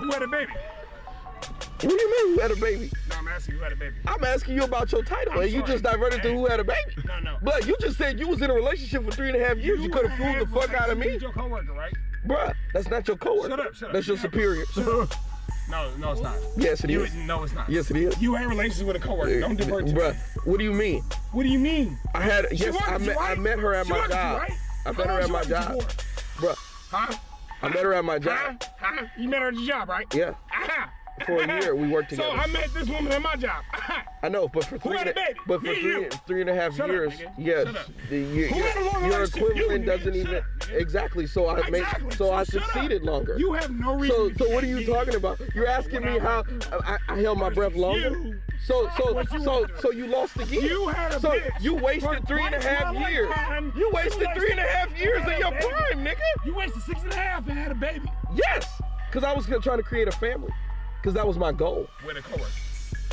S2: Who had a baby?
S3: What do you mean who had a baby?
S2: No, I'm asking who had a baby.
S3: I'm asking you about your title,
S2: I'm
S3: and you
S2: sorry.
S3: just diverted to
S2: Hey.
S3: who had a baby.
S2: No, no.
S3: But you just said you was in a relationship for three and a half years. You, could have fooled the fuck out of me,
S2: He's your coworker, right?
S3: bruh. That's not your coworker.
S2: Shut up, shut up.
S3: That's your
S2: Shut up.
S3: superior.
S2: No, no, it's not.
S3: Yes, it
S2: you,
S3: is.
S2: No, it's not.
S3: yes, it is.
S5: You had relations with a coworker. Don't divert to
S3: Bruh,
S5: me.
S3: what do you mean?
S5: What do you mean?
S3: I had yes,
S5: worked
S3: I
S5: with you,
S3: met, I
S5: right?
S3: met her at
S5: She
S3: my
S5: worked with you,
S3: job.
S5: right?
S3: I met
S5: How
S3: her
S5: long
S3: at
S5: she
S3: my
S5: worked with you
S3: job,
S5: for?
S3: bruh.
S5: Huh?
S3: I met her at my
S5: Huh?
S3: job.
S5: Huh? You met her at your job, right?
S3: Yeah.
S5: Aha.
S3: For a year, we worked
S5: So
S3: together.
S5: I met this woman at my job. Aha.
S3: I know, but for three,
S5: had
S3: and
S5: a baby?
S3: but for
S5: Me and
S3: three,
S5: you.
S3: three and a half
S5: Shut up,
S3: years,
S5: nigga.
S3: yes,
S5: Shut up.
S3: the, you,
S5: Who had a long
S3: your
S5: relationship? You,
S3: equivalent
S5: nigga.
S3: doesn't
S5: Shut
S3: even
S5: up, nigga.
S3: exactly. So I made,
S5: Exactly.
S3: so I
S5: shut up.
S3: succeeded longer.
S5: You have no reason.
S3: so
S5: to
S3: so
S5: be
S3: what are you
S5: angry.
S3: talking about? You're asking me how I, I I held my breath longer.
S5: you.
S3: So so
S5: What you
S3: so
S5: wanna do?
S3: so you lost again.
S5: You had a
S3: so
S5: bitch
S3: you
S5: for
S3: wasted three and a
S5: twice my
S3: half years.
S5: lifetime.
S3: You
S5: You
S3: wasted
S5: wasted-
S3: three and a half years
S5: You
S3: of
S5: had
S3: your
S5: a baby.
S3: prime, nigga.
S5: You wasted six and a half and had a baby.
S3: Yes, because I was gonna- trying to create a family, because that was my goal
S2: With a coworker.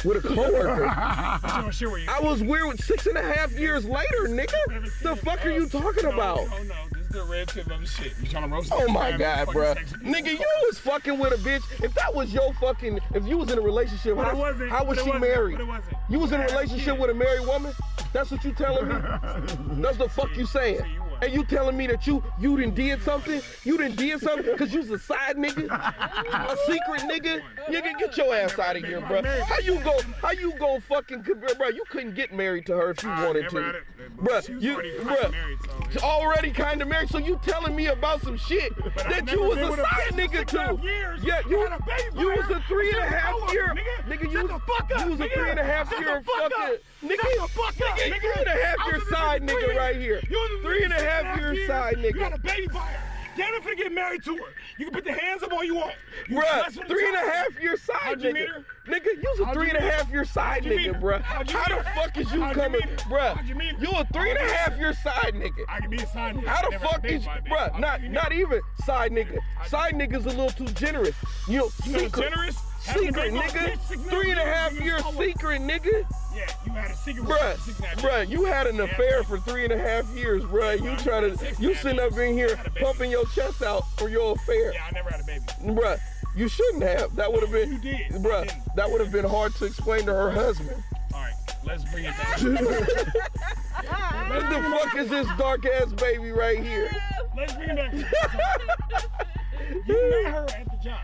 S3: with a coworker.
S5: But you don't share where you.
S3: I was weird with six and a half years later, nigga. The fuck are you talking
S2: no,
S3: about?
S2: No, no, this is the red tip of shit. You trying to roast?
S3: Oh
S2: this
S3: my
S2: guy,
S3: god,
S2: motherfucking
S3: bruh.
S2: sex appeal.
S3: Nigga, you was fucking with a bitch. If that was your fucking, if you was in a relationship,
S2: But it
S3: how,
S2: wasn't,
S3: how was
S2: but it
S3: she
S2: wasn't,
S3: married?
S2: but it wasn't.
S3: You was in a
S2: Had a
S3: relationship
S2: kid.
S3: with a married woman? That's what you telling me? That's the fuck you saying.
S2: see, you won.
S3: And you telling me that you you didn't did something? You didn't did something? Cause you was a side nigga? A secret nigga? Nigga, get your ass out of here, bruh. How you go, how you go fucking, bruh, you couldn't get married to her if you
S2: I
S3: wanted to.
S2: never had it, but she
S3: Bruh,
S2: was
S3: you,
S2: already kinda
S3: bruh,
S2: married, so it's-
S3: it's already kind of married. So you telling me about some shit
S2: But
S3: that
S2: I
S3: you
S2: never
S3: was
S2: been
S3: a
S2: with a
S3: side
S2: bitch for
S3: nigga
S2: six and a half
S3: too.
S2: years.
S3: Yeah, you
S2: I
S3: was
S2: had a baby
S3: you
S2: by
S3: was
S2: her.
S3: a three and a
S2: Shut the
S3: half
S2: fuck up,
S3: year
S2: nigga.
S3: nigga. You
S2: Shut
S3: was
S2: the fuck up,
S3: you was a
S2: nigga.
S3: three and a half
S2: Shut the
S3: year
S2: fuck up.
S3: fucking nigga.
S2: Shut the fuck up,
S3: nigga,
S2: nigga.
S3: Three and a
S2: I
S3: half year
S2: was in the
S3: side
S2: business
S3: nigga
S2: three
S3: right here.
S2: years. You was in the
S3: Three and a
S2: business
S3: half year side
S5: You got a
S3: nigga.
S5: baby by her. Damn it, finna get married to her. You can put the hands up all you want. You mess with
S3: Bruh,
S5: the
S3: three and a
S5: child.
S3: half year side
S5: How'd you
S3: nigga.
S5: meet her?
S3: Nigga, you was a
S5: How'd
S3: three
S5: you
S3: and a
S5: meet her?
S3: half year side
S5: you meet
S3: nigga,
S5: her?
S3: bruh.
S5: How'd you
S3: How
S5: meet
S3: the
S5: her?
S3: fuck is you
S5: How'd you
S3: coming?
S5: meet her? How'd you meet
S3: Bruh,
S5: her?
S3: you a three and a half year side nigga.
S5: I can be a side nigga.
S3: How the
S5: Never
S3: fuck
S5: been
S3: is,
S5: by a bitch.
S3: bruh?
S5: I'll
S3: Not,
S5: be
S3: not
S5: nigga.
S3: even side nigga. Side nigga's a little too generous. You know,
S5: You know
S3: secret,
S5: generous? Having a
S3: secret,
S5: baby on
S3: nigga.
S5: bitch, six and a half
S3: Three and a
S5: years,
S3: half
S5: nigga,
S3: year
S5: oh,
S3: secret, nigga.
S5: Yeah, you had a secret
S3: Bruh,
S5: relationship. six and a half years.
S3: bruh, you had an affair for three and a half years, bruh. You trying to, you sitting up in here pumping your chest out for your affair,
S5: Yeah, I never had a baby.
S3: bruh. You shouldn't have. That would have been,
S5: You did. I
S3: bruh.
S5: didn't.
S3: That would have been hard to explain to her husband.
S5: All right, let's bring it back.
S3: What the fuck is this dark ass baby right here?
S5: Let's bring it back. you met her at the job.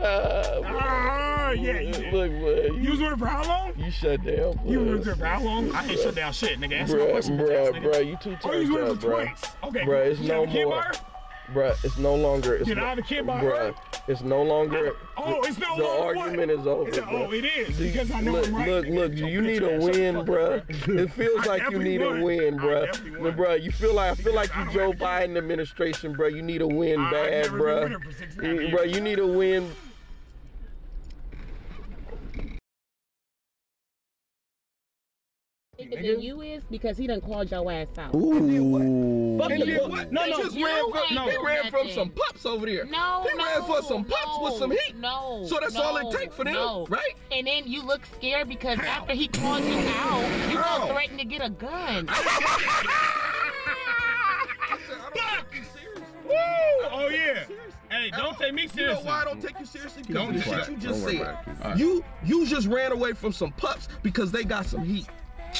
S3: Ah,
S5: Ah, yeah, you did.
S3: Look, man,
S5: You was with her for how long?
S3: You shut down.
S5: You
S3: bro.
S5: were with her for how long? I ain't shut down shit, nigga. Answer my
S3: Bruh,
S5: question, bitch ass
S3: bruh,
S5: nigga.
S3: bruh, you too
S5: Oh, you
S3: turned
S5: was
S3: up,
S5: with her
S3: bruh.
S5: twice. Okay,
S3: Bruh, it's
S5: you
S3: no
S5: have a kid
S3: more.
S5: by her?
S3: Bruh, it's no longer. It's
S5: Did I
S3: no-
S5: have a kid by her?
S3: Bruh, it's no longer.
S5: Oh, it's no
S3: the
S5: longer what?
S3: argument is over.
S5: It's a-
S3: bruh.
S5: oh, it is,
S3: Do you-
S5: because I know
S3: look,
S5: I'm right,
S3: Look,
S5: nigga.
S3: look, do
S5: Don't
S3: you
S5: bitch
S3: need a
S5: ass, shut the
S3: win,
S5: fuck
S3: bruh?
S5: up,
S3: It feels
S5: I
S3: like you
S5: definitely
S3: need a
S5: won.
S3: win,
S5: I
S3: bruh.
S5: definitely won.
S3: Bruh, you feel like I feel like
S5: I
S3: you
S5: don't
S3: Joe
S5: have a
S3: Biden administration, bruh. You need a win
S5: I've
S3: bad,
S5: never been
S3: bruh.
S5: winning for six and a half
S3: You-
S5: years.
S3: Bruh, you need a win.
S6: than you is because he done called your ass out.
S1: Ooh.
S3: Fuck
S6: the
S3: you.
S6: book.
S3: What? No,
S6: They
S3: no,
S6: just
S3: you
S6: ran
S3: ain't
S6: from-
S3: no,
S6: no.
S3: they ran from
S6: nothing.
S3: some pups over here.
S6: No,
S3: they ran
S6: no,
S3: for some pups with some
S6: no,
S3: heat.
S6: No,
S3: So that's all it
S6: no,
S3: take for them,
S6: no.
S3: right?
S6: And then you look scared because after he called you out, you
S3: How?
S6: all threatened to get a gun.
S3: Woo! Uh,
S2: Oh yeah. Hey, don't take me
S3: You know
S2: seriously.
S3: why I don't take you seriously? Because
S2: Don't
S3: the
S2: worry
S3: shit
S2: about
S3: you
S2: it.
S3: just
S2: Don't worry
S3: said.
S2: about it. All right.
S3: You you just ran away from some pups because they got some heat.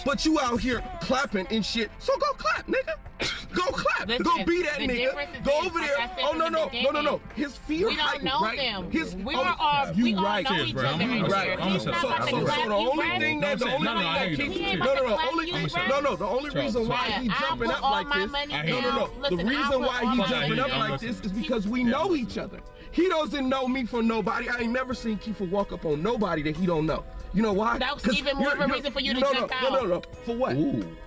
S3: But you out here clapping and shit. So go clap, nigga. Go clap.
S6: Listen,
S3: go be that
S6: the difference
S3: nigga.
S6: is
S3: Go
S6: this,
S3: over
S6: like
S3: there.
S6: I said
S3: oh no
S6: from the
S3: no no no no.
S6: beginning,
S3: His fear.
S6: we don't
S3: heightened,
S6: know
S3: right?
S6: them.
S3: His,
S6: We
S3: oh,
S6: are all-
S3: you
S6: we all
S3: right.
S6: know each
S3: bro.
S6: other
S3: You
S6: and
S3: right.
S6: shit. He's
S3: so,
S6: not about to
S3: so,
S6: clap
S3: so the
S6: you
S3: only
S6: back.
S3: thing that the
S6: He
S3: only
S6: ain't about
S3: thing
S6: to-
S3: that
S6: he
S3: keeps
S6: ain't
S3: no
S6: about
S3: no
S6: to
S3: no
S6: clap
S3: only
S6: you
S3: thing,
S6: back.
S3: no no the only reason why
S6: Yeah,
S3: he
S6: I'll
S3: jumping
S6: put
S3: up
S6: all
S3: like
S6: my
S3: this
S6: money
S3: no no
S6: down.
S3: no the
S6: Listen, I'll
S3: reason
S6: put
S3: why
S6: all
S3: he
S6: my
S3: jumping
S6: money
S3: up
S6: down.
S3: like this is because we know each other. He doesn't know me from nobody. I ain't never seen Kiefer walk up on nobody that he don't know. You know why?
S6: That was
S3: 'Cause
S6: even more of a
S3: you're-
S6: reason for you to
S3: no,
S6: jump
S3: no, No, no,
S6: out.
S3: no. For what?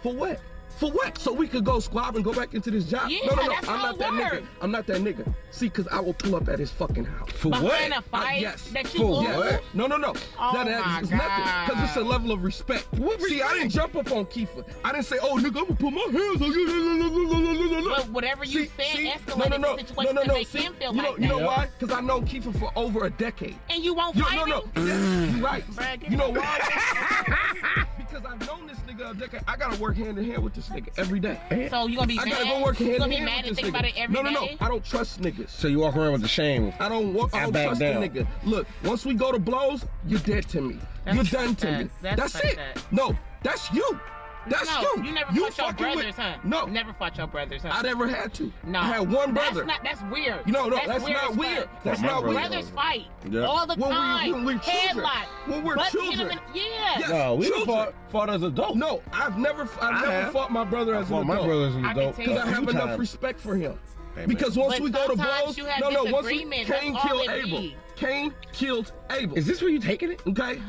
S3: For what? For what? So we could go squab and go back into this job?
S6: Yeah,
S3: no, no, no.
S6: that's
S3: I'm
S6: how
S3: not
S6: it
S3: that
S6: work.
S3: nigga. I'm not that nigga. See, cause I will pull up at his fucking house. Uh,
S1: For
S6: Behind a
S1: what?
S6: fight
S3: yes.
S6: that you
S1: For
S6: lost.
S1: what?
S3: Yes. No, no, no.
S6: Oh
S3: that that is
S6: my
S3: nothing. Because it's a
S6: God.
S3: level of respect. See, I didn't jump up on Kiefer. I didn't say, oh, nigga, I'm going to put my hands on you.
S6: But whatever you
S3: See-
S6: said
S3: see?
S6: escalated
S3: no, no, no.
S6: the situation
S3: no, no, no.
S6: to make
S3: See,
S6: him feel
S3: you know,
S6: like
S3: You know
S6: that.
S3: why? Because I know Kiefer for over a decade.
S6: And you won't
S3: You,
S6: fight
S3: no,
S6: him?
S3: no, yes, you right.
S6: Brad, get
S3: You know
S6: the-
S3: why? because I've known this nigga a decade. I gotta work hand in hand with this nigga every day.
S6: So you gonna be
S3: I gotta
S6: mad?
S3: go work hand
S6: you
S3: in
S6: gonna
S3: hand
S6: be mad
S3: with
S6: and
S3: this
S6: think
S3: nigga.
S6: about it every
S3: no, no, no.
S6: day?
S3: I don't trust niggas.
S1: So you walk around with the shame.
S3: I don't wa- I
S1: I
S3: don't
S1: back
S3: trust
S1: down.
S3: the nigga. Look, once we go to blows, you're dead to me.
S6: That's
S3: you're done to
S6: fucked
S3: me.
S6: up. That's fucked
S3: it.
S6: up.
S3: No, that's you. That's
S6: no,
S3: you.
S6: you never fought your
S3: fucking with-
S6: brothers, huh?
S3: No,
S6: never fought your brothers, huh?
S3: I never had to.
S6: No,
S3: I had one brother.
S6: That's not. That's weird.
S3: You know, no, that's,
S6: weird
S3: not
S6: as
S3: weird.
S6: fuck.
S3: That's
S1: My
S3: not
S1: brother.
S3: weird.
S6: Brothers fight
S1: Yeah.
S6: all the
S3: When we-
S6: time.
S3: when we're children.
S6: Headlock.
S3: When we're
S6: Butt in
S3: children.
S6: them in- yeah.
S3: Yes.
S1: No, we
S3: Children.
S1: fought, fought as adults.
S3: No, I've never, I've never
S1: have.
S3: fought my brother
S1: I
S3: as
S1: fought
S3: an
S1: my
S3: adult.
S1: brother as an
S6: I can
S1: adult.
S6: tell
S3: because
S7: Oh,
S6: you-
S3: I have
S1: Two
S3: enough
S1: times.
S3: respect for him.
S1: Hey,
S3: Because once
S6: But
S3: we go to
S6: sometimes
S3: blows,
S6: you have
S3: no, no, once we,
S6: disagreements.
S3: Cain
S6: That's all
S3: killed
S6: it
S3: Abel.
S6: be.
S3: Cain killed Abel.
S1: Is this where you taking it?
S3: okay?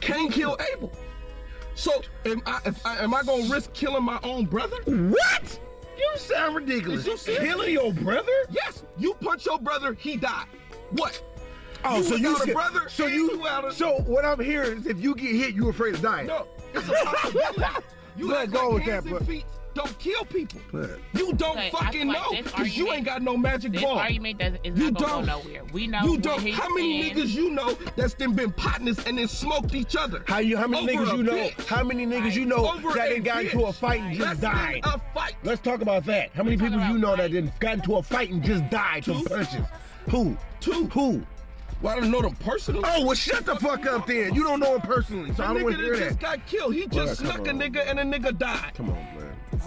S3: Cain killed Abel. So am I, if I am I gonna risk killing my own brother?
S1: What? You sound ridiculous.
S3: Is you serious?
S1: Killing your brother?
S3: Yes, you punch your brother, he died. What?
S7: Oh,
S3: You
S7: so you
S3: without a
S7: said-
S3: brother
S7: So
S3: and
S7: you,
S3: you out of-
S7: so what I'm hearing is if you get hit, you afraid of dying.
S3: No, it's a possibility. You
S7: Let
S3: act
S7: go
S3: like
S7: with
S3: hands
S7: that,
S3: and
S7: but-
S3: feet don't kill people.
S7: But-
S3: You don't
S6: Okay, I
S3: fucking
S6: feel like
S3: know
S6: this
S3: because you
S6: argument-
S3: ain't got no magic
S6: This
S3: ball.
S6: argument does, is
S3: You
S6: not
S3: don't.
S6: gonna go nowhere. We know.
S3: You
S6: what
S3: don't.
S6: he's
S3: How many
S6: saying.
S3: niggas you know that's then been partners and then smoked each other?
S7: How you? How many
S3: Over
S7: niggas
S3: a
S7: you know?
S3: bitch.
S7: How many niggas you know
S3: Over
S7: that
S3: a
S7: they got into
S3: bitch.
S7: a fight and
S3: Less
S7: just
S3: than
S7: died?
S3: A fight.
S7: Let's talk about that. How many
S6: Let's talk
S7: people you
S6: about
S7: know that
S6: fight.
S7: didn't got into a fight and just died from
S3: Two.
S7: punches? Who?
S3: Two.
S7: Who?
S3: Well, I don't know them personally.
S7: Oh, well, shut the fuck up then. You don't know him personally, so
S3: the
S7: I don't
S3: nigga
S7: want
S3: that
S7: to hear
S3: just
S7: that.
S3: got killed. He just
S7: come
S3: snuck a
S7: on,
S3: nigga and a nigga died.
S7: Come on, man.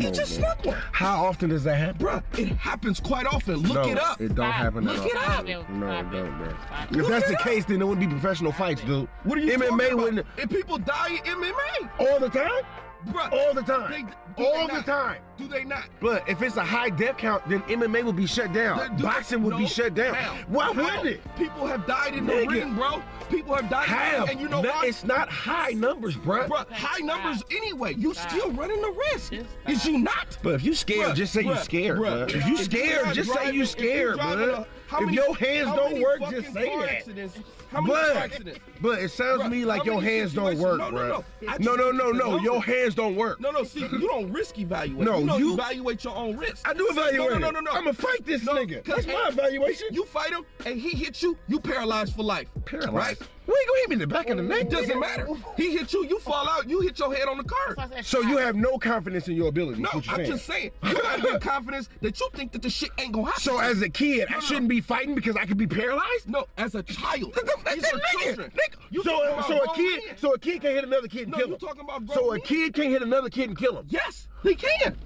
S3: he just snuck one.
S7: How often does that happen?
S3: Bruh, it happens quite often. Look
S7: no,
S3: it up.
S7: It don't
S6: Stop.
S7: happen
S3: Look
S7: at
S3: it
S7: all.
S3: up.
S6: Stop it.
S7: No,
S6: Stop
S7: it
S6: it.
S7: don't, man.
S6: Stop it.
S7: If that's the
S3: Look it
S7: case, then there wouldn't be professional fights, dude.
S3: What are you talking
S7: MMA
S3: about?
S7: wouldn't
S3: If people die in MMA,
S7: all the time,
S3: bruh.
S7: all the
S3: They-
S7: time,
S3: do they
S7: all the
S3: not?
S7: time.
S3: Do they not?
S7: But if it's a high death count, then MMA will be shut
S3: They
S7: down.
S3: do-
S7: Uh, Boxing would be
S3: No,
S7: shut down.
S3: how?
S7: Why
S3: How?
S7: wouldn't it?
S3: People have died in the
S7: Nigga.
S3: ring, bro. People have died in the
S7: Have.
S3: ring, and you know
S7: No,
S3: why?
S7: It's not high numbers, bruh.
S3: Bruh,
S6: Okay,
S3: high
S6: stop.
S3: numbers anyway. You
S6: Stop.
S3: still running the risk.
S6: Just
S3: Is
S6: stop.
S3: you not?
S7: But if you scared,
S3: Bruh,
S7: just say you
S3: bruh,
S7: scared,
S3: bruh.
S7: bruh. If you
S3: If you're
S7: scared,
S3: not
S7: just say
S3: driving-
S7: you
S3: if you're
S7: scared,
S3: driving
S7: bruh.
S3: a- how
S7: if
S3: many-
S7: your hands
S3: how
S7: don't
S3: many
S7: work,
S3: fucking
S7: just say
S3: car
S7: that.
S3: accidents- How many car
S7: But,
S3: accidents?
S7: but it sounds
S3: Bruh,
S7: to me like
S3: how
S7: your
S3: many
S7: hands don't
S3: situations-
S7: work,
S3: no, no,
S7: bruh.
S3: no. I
S7: No,
S3: just
S7: no,
S3: looked
S7: no,
S3: at the
S7: no. Your
S3: numbers.
S7: hands don't work.
S3: No, no. See, you don't risk evaluate.
S7: No,
S3: you, know
S7: you-
S3: you evaluate your own risk.
S7: I do evaluate.
S3: No, no, no, no, no.
S7: I'ma fight this
S3: No,
S7: nigga.
S3: 'cause-
S7: That's my evaluation.
S3: You fight him and he hit you, you paralyzed for life.
S7: paralyzed. Where you gonna hit me in the back of the neck?
S3: It doesn't
S7: nigga?
S3: matter. He hit you, you fall out, you hit your head on the
S6: That's why I
S3: curb.
S6: said
S7: So
S6: stop.
S7: you have no confidence in your ability.
S3: No,
S7: is
S3: I'm
S7: what you're saying.
S3: just saying. You gotta be confident that you think that the shit ain't gonna happen.
S7: So as a kid, I shouldn't be fighting because I could be paralyzed.
S3: no, as a child, these
S7: That's
S3: are
S7: nigga,
S3: children.
S7: nigga.
S3: You talking
S7: So,
S3: about
S7: so a
S3: grown
S7: kid,
S3: men.
S7: so a kid can't hit another kid and
S3: No,
S7: kill
S3: you
S7: him.
S3: talking about
S7: so
S3: grown
S7: a
S3: men.
S7: kid can't hit another kid and kill him.
S3: yes, they can.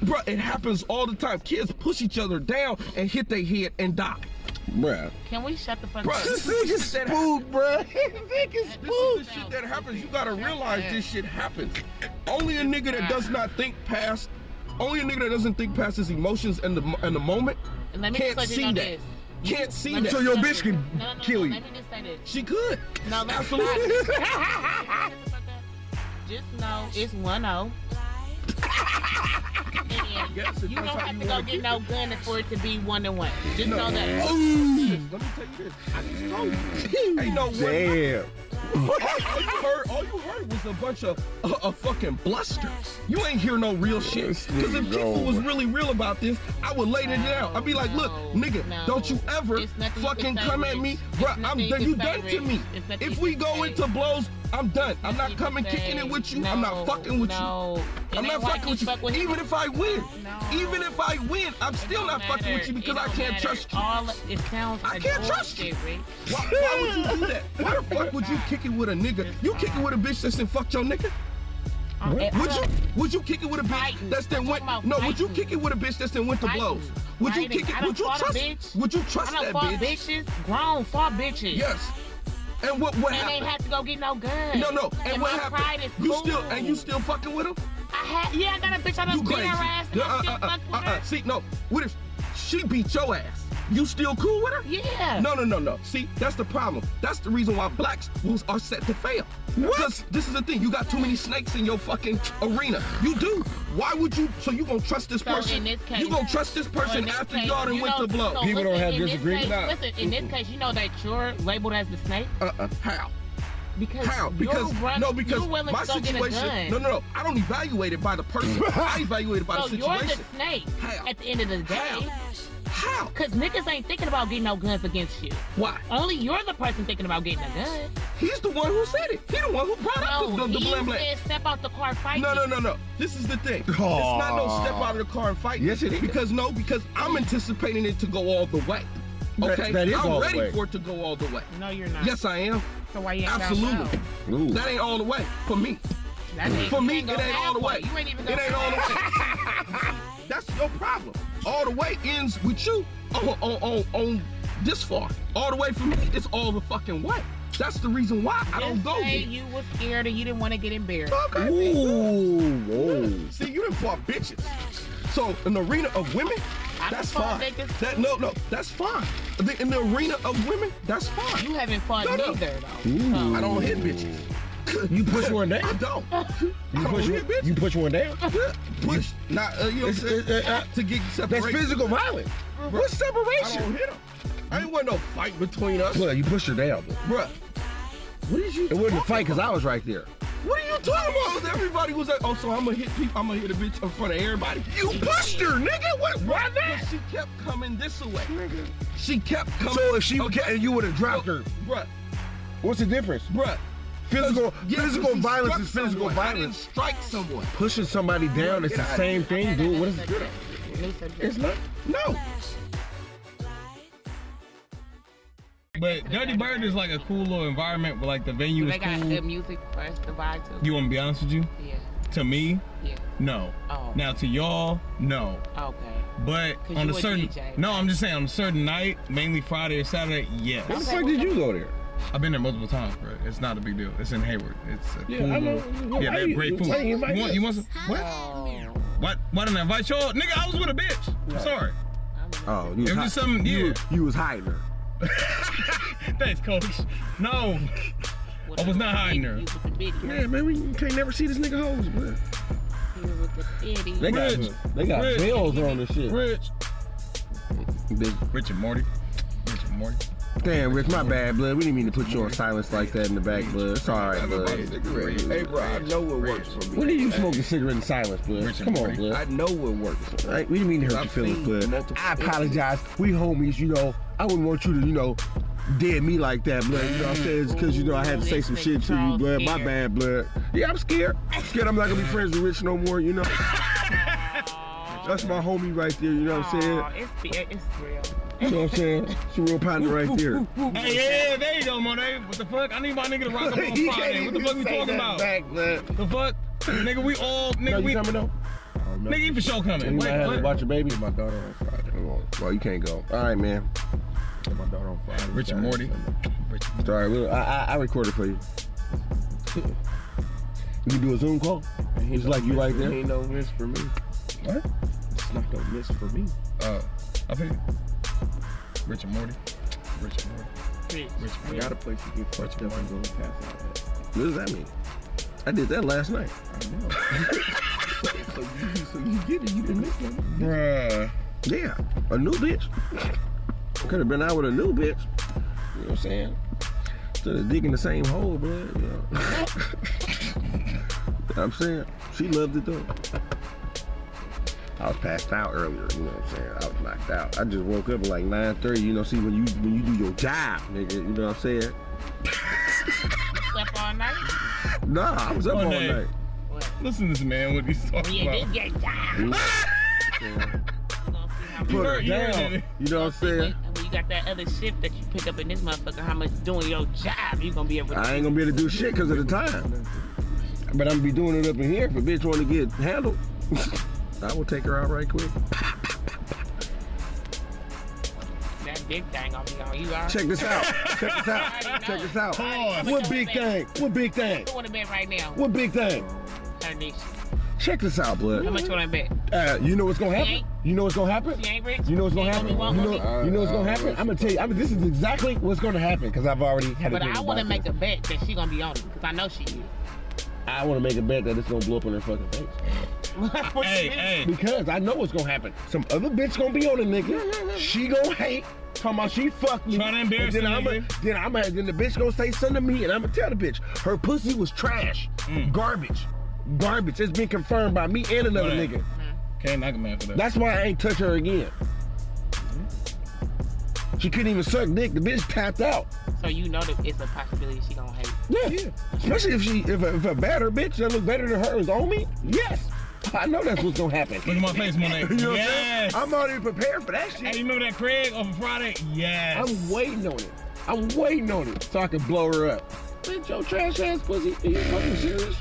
S3: Bruh, it happens all the time. Kids push each other down and hit their head and die.
S1: Bruh.
S6: Can we shut the fuck
S3: Bruh,
S6: up?
S3: this is the shit that
S7: Food, bruh.
S3: This is the shit that happens. You gotta realize this shit happens. Only a nigga that does not think past, only a nigga that doesn't think past his emotions and the and the moment
S6: And let me
S3: can't
S6: just let you
S3: see
S6: know
S3: that.
S6: this.
S3: Can't see
S6: Let me
S3: that.
S7: So
S6: just
S7: your
S6: let you-
S7: bitch can
S6: no, no, no,
S7: kill
S6: no,
S7: you.
S6: Let me just say this.
S3: she could.
S6: No, let's
S3: Absolutely.
S6: stop. Just know it's oh. 1 0. And
S3: Yes, it
S6: you
S3: does
S6: don't
S3: how
S6: have
S3: you
S6: to go
S3: wanna
S6: get
S3: keep
S6: no gun for it to be 1 and 1. Just
S3: No. Oh,
S6: know that.
S3: Let me tell you this. I just told you. Ain't no one.
S7: Damn.
S3: All, all you heard, all you heard was a bunch of a, a fucking bluster. You ain't hear no real shit. Because if Kifu was really real about this, I would lay it down. I'd be like, look,
S6: No,
S3: nigga,
S6: no.
S3: don't you ever
S6: It's nothing you
S3: fucking
S6: can say,
S3: come at
S6: Rich.
S3: me,
S6: It's
S3: bruh. I'm
S6: nothing
S3: done. You
S6: you can say,
S3: done to
S6: Rich.
S3: me.
S6: It's nothing
S3: If
S6: you
S3: we
S6: can
S3: go
S6: say.
S3: into blows, I'm done. I'm not
S6: You
S3: coming
S6: can
S3: kicking
S6: say,
S3: it with you. I'm not
S6: no,
S3: fucking with you.
S6: no. It
S3: I'm
S6: ain't
S3: not
S6: why
S3: fucking
S6: you
S3: with you.
S6: fuck with
S3: Even
S6: him.
S3: if I win,
S6: No.
S3: even if I win, I'm still
S6: Don't
S3: not fucking with you
S6: matter.
S3: because
S6: It
S3: I
S6: don't
S3: can't
S6: matter. Oh.
S3: trust you.
S6: All it sounds
S3: I
S6: like
S3: can't trust
S6: bullshit,
S3: you.
S6: Rich.
S3: Why, why would you do that? Why the fuck would you kick it with a nigga? You kick it with a bitch that's done fucked your nigga?
S6: Uh, it-
S3: Would you would you kick it with a bitch
S6: Fighting.
S3: that's then
S6: I'm
S3: went?
S6: talking
S3: No,
S6: about
S3: would you
S6: fighting.
S3: kick it with a bitch that's then went to
S6: Fighting.
S3: blows? Would you
S6: Fighting.
S3: kick
S6: I
S3: it?
S6: done
S3: Would you
S6: fought a
S3: trust?
S6: bitch.
S3: Would you trust
S6: I
S3: that
S6: done fought
S3: bitch?
S6: bitches, grown, fought bitches.
S3: Yes. And what what
S6: And they
S3: happened?
S6: have to go get no gun.
S3: No, no. And, what
S6: my Pride
S3: happened?
S6: is
S3: You
S6: cool.
S3: still and you still fucking with him?
S6: I had, yeah, I got a bitch. I
S3: You
S6: done beat
S3: crazy?
S6: her ass. And
S3: Uh,
S6: I still
S3: uh, uh,
S6: fucked
S3: uh,
S6: with
S3: uh.
S6: her.
S3: See, no. What if she beat your ass? You still cool with her?
S6: Yeah.
S3: No, no, no, no. See, that's the problem. That's the reason why blacks will, are set to fail. Because this is the thing. You got too many snakes in your fucking arena. You do. Why would you? So you gonna trust this
S6: So
S3: person?
S6: in this case,
S3: you gonna trust this
S6: So in
S3: person
S6: this
S3: after
S6: case,
S3: y'all done
S6: you
S3: went
S6: know-
S3: to blow?
S6: so
S1: People don't
S6: listen,
S1: have
S6: in this
S1: disagreement
S6: case-
S1: now.
S6: Listen, in this case, you know that you're labeled as the snake
S3: Uh-uh. How?
S6: because
S3: How?
S6: you're
S3: Because
S6: run-
S3: no, because
S6: you're willing
S3: my
S6: to go
S3: situation.
S6: Get a gun.
S3: No, no, no. I don't evaluate it by the person. I evaluate it by
S6: so
S3: the
S6: you're the
S3: situation.
S6: snake
S3: How?
S6: at the end of the day.
S3: How? How?
S6: Cause niggas ain't thinking about getting no guns against you.
S3: Why?
S6: Only you're the person thinking about getting a gun.
S3: He's the one who said it. He's the one who brought up the,
S6: No,
S3: the, the
S6: he
S3: blam blam.
S6: said step out the car fighting.
S3: No, no, no, no. This is the thing. It's not no step out of the car and fight.
S7: Yes, it is.
S3: Because no, because I'm anticipating it to go all the way.
S7: That-
S3: Okay,
S7: that is
S3: I'm
S7: all the
S3: ready
S7: way.
S3: for it to go all the way.
S6: No, you're not.
S3: Yes, I am.
S6: So why you ain't
S3: Absolutely. That ain't all the way for me. For me, it ain't all the way.
S6: You ain't even
S3: It
S6: gonna
S3: ain't all the way. That's your problem. All the way ends with you on, on, on, on this far. All the way for me, it's all the fucking way. That's the reason why I don't
S6: Just
S3: go
S6: say
S3: there.
S6: you was scared and you didn't want to get embarrassed.
S3: Okay.
S7: Ooh, whoa.
S3: See, you done fought bitches. So an arena of women,
S6: I
S3: that's
S6: fought
S3: fine.
S6: niggas.
S3: That no, no, that's fine. The- In the arena of women, that's fine.
S6: You haven't fought
S3: No, no.
S6: neither though. So-
S3: I don't hit bitches.
S7: You push one
S3: I
S7: down.
S3: don't.
S7: You
S3: I
S7: push
S3: don't
S7: one,
S3: hit bitches.
S7: you push one down.
S3: push, not uh, you know, what I'm
S7: It's-
S3: saying?
S7: it- uh,
S3: to get separation.
S7: That's physical violence.
S3: What's separation? I don't hit 'em. I ain't want no fight between us,
S7: Look, you pushed her down. But
S3: bruh. What is you?
S7: it wasn't a
S3: talking
S7: fight because I was right there.
S3: What are you talking about? Everybody was like, oh, so I'm gonna hit people. I'm gonna hit a bitch in front of everybody. You pushed her, nigga. What? Why not? She kept coming this way. Nigga. She kept coming.
S7: So if she would
S3: Okay.
S7: get and you would have dropped her,
S3: bruh,
S7: what's the difference?
S3: bruh.
S7: Physical
S3: Yeah,
S7: physical
S3: she
S7: violence
S3: struck
S7: is physical
S3: someone. I didn't
S7: violence.
S3: strike someone.
S7: Pushing somebody down is the same thing, dude. What is it?
S6: New subject.
S7: It's not.
S3: No.
S5: But Dirty Bird is like a cool little environment where like the venue is
S6: They got
S5: cool.
S6: good music for us to vibe to.
S5: You want to be honest with you?
S6: yeah,
S5: To me,
S6: yeah.
S5: no.
S6: Oh.
S5: Now to y'all, no.
S6: Okay.
S5: But
S6: 'Cause
S5: on
S6: you
S5: a
S6: a
S5: certain
S6: DJ,
S5: no, I'm just saying on a certain night, mainly Friday or Saturday, yes.
S7: How the fuck did you go there?
S5: I've been there multiple times, bro. It's not a big deal. It's in Hayward. It's a cool.
S7: I know.
S5: little- Yeah,
S7: Why
S5: they have
S7: you-
S5: great food.
S7: why you
S5: You
S7: invite
S5: want,
S7: us?
S5: you want some? What?
S6: Oh.
S3: Oh,
S5: Why, why didn't I invite y'all? Nigga, I was with a bitch. I'm sorry.
S7: Oh, you
S5: It was
S7: hi-
S5: something-
S7: you,
S5: yeah.
S7: you was hiding her.
S5: Thanks, coach. No. I was not hiding her.
S6: You with the bitty.
S7: Yeah, man, we can't never see this nigga hoes, man.
S6: You with the bitty.
S7: They got
S5: Rich.
S7: they got
S5: Rich.
S7: bills on this shit.
S5: Rich.
S7: Bitch.
S5: Richard Morty. Richard Morty.
S7: Damn, Rich, my bad, blood. We didn't mean to put you on silence like that in the back, blood. It's all right, blood.
S3: Hey, bro, I know what works for me.
S7: When did you smoke a cigarette in silence, blood?
S5: Rich and
S7: Come on,
S5: Morty.
S7: blood.
S3: I know what works.
S7: All right, we didn't mean to hurt
S3: I've
S7: your
S3: seen
S7: feelings, blood.
S3: multiple
S7: I apologize. We homies, you know. I wouldn't want you to, you know, dead me like that, blood. You know what I'm saying? It's because you know I had to say some shit to you, blood. My bad, blood. Yeah, I'm scared. I'm scared I'm not gonna be friends with Rich no more. You know. That's my homie right there. You know what I'm saying?
S6: Aw, it's be- it's real.
S7: You know what I'm saying? It's a real partner right there.
S5: Hey, yeah, yeah, there you go, Monet. What the fuck? I need my nigga to rock up on
S7: He
S5: Friday. What the
S7: even
S5: fuck we
S7: say
S5: talking
S7: that
S5: about?
S7: Back, blood.
S5: The fuck? Nigga, we all
S7: No,
S5: nigga
S7: you
S5: we
S7: coming though?
S5: nigga you for sure
S7: You
S5: coming.
S7: might
S5: Wait,
S7: have to
S5: what?
S7: watch your baby. My daughter on Friday. Well, you can't go. All right, man.
S3: My daughter on fire.
S5: Richard Morty. Richard Morty.
S7: Sorry, we'll, I, I I recorded for you. You do a Zoom call. It's like you right there.
S3: Ain't no miss for me.
S5: What?
S3: It's not no miss for me.
S5: Uh, I think Richard Morty. Richard Morty. Richard
S3: I
S5: Morty.
S3: got a place to get fucked up and go and pass out at.
S7: What does that mean? I did that last night.
S3: I know. so, you, so you get it. You didn't miss nothing.
S5: Bruh.
S7: Yeah, a new bitch. Could have been out with a new bitch. You know what I'm saying? Instead of digging the same hole, blood. You know. I'm saying she loved it though. I was passed out earlier. You know what I'm saying? I was knocked out. I just woke up at like 9:30. You know, see when you when you do your job, nigga. You know what I'm saying?
S6: Slept all night.
S7: Nah, I was up
S5: Oh,
S7: all
S5: no.
S7: night.
S6: What?
S5: Listen to this man, what he's
S6: Well,
S5: talking
S6: yeah,
S5: about.
S6: did get job.
S7: Put
S6: You gonna see how much-
S5: heard-
S7: her
S5: you heard
S7: down.
S5: that.
S7: You know what I'm saying?
S6: When when you got that other shift that you pick up in this motherfucker, how much doing your job you gonna be able to
S7: I ain't gonna be able to do shit because of the time. But I'm gonna be doing it up in here if a bitch wanna get handled. I will take her out right quick.
S6: that big thing gonna be on you all
S7: Check this out. Check this out. Check this out.
S5: Pause.
S7: What big thing? What big thing?
S6: Go to bed right now.
S7: What big thing?
S6: Her niece.
S7: Check this out, blood.
S6: How much you want bet?
S7: Uh, you know what's gonna happen?
S6: ain't-
S7: You know what's gonna happen?
S6: She ain't rich.
S7: You know what's gonna
S6: She ain't
S7: happen? You
S6: gonna be walking
S7: know, you know what's gonna happen? I'm gonna tell you. I mean, this is exactly what's gonna happen because I've already had. a
S6: But
S7: dream
S6: I
S7: about
S6: want to
S7: this.
S6: make a bet that she gonna be on it because I know she is.
S7: I want to make a bet that it's gonna blow up in her fucking face.
S5: hey, hey.
S7: Because I know what's gonna happen. Some other bitch gonna be on a nigga. She gonna hate. Talking about she fucked me.
S5: Tryna embarrass
S7: and
S5: the
S7: then I'ma,
S5: nigga.
S7: then I'ma then the bitch gonna say something to me and I'ma tell the bitch her pussy was trash.
S5: Mm.
S7: Garbage. Garbage. It's been confirmed by me and another
S5: Right.
S7: nigga.
S5: Can't knock a man for that.
S7: That's why I ain't touch her again. She couldn't even suck dick. The bitch tapped out.
S6: So you know that it's a possibility she gonna hate.
S7: Yeah. Especially if she if a, if a better bitch that look better than her is on me. Yes. I know that's what's gonna happen.
S5: Look at my face, Monet.
S7: You know what
S5: yes.
S7: I'm saying? I'm already prepared for that shit.
S5: Hey, you remember that Craig over Friday? Yes.
S7: I'm waiting on it. I'm waiting on it so I can blow her up. Bitch, your trash ass pussy. Are you fucking serious?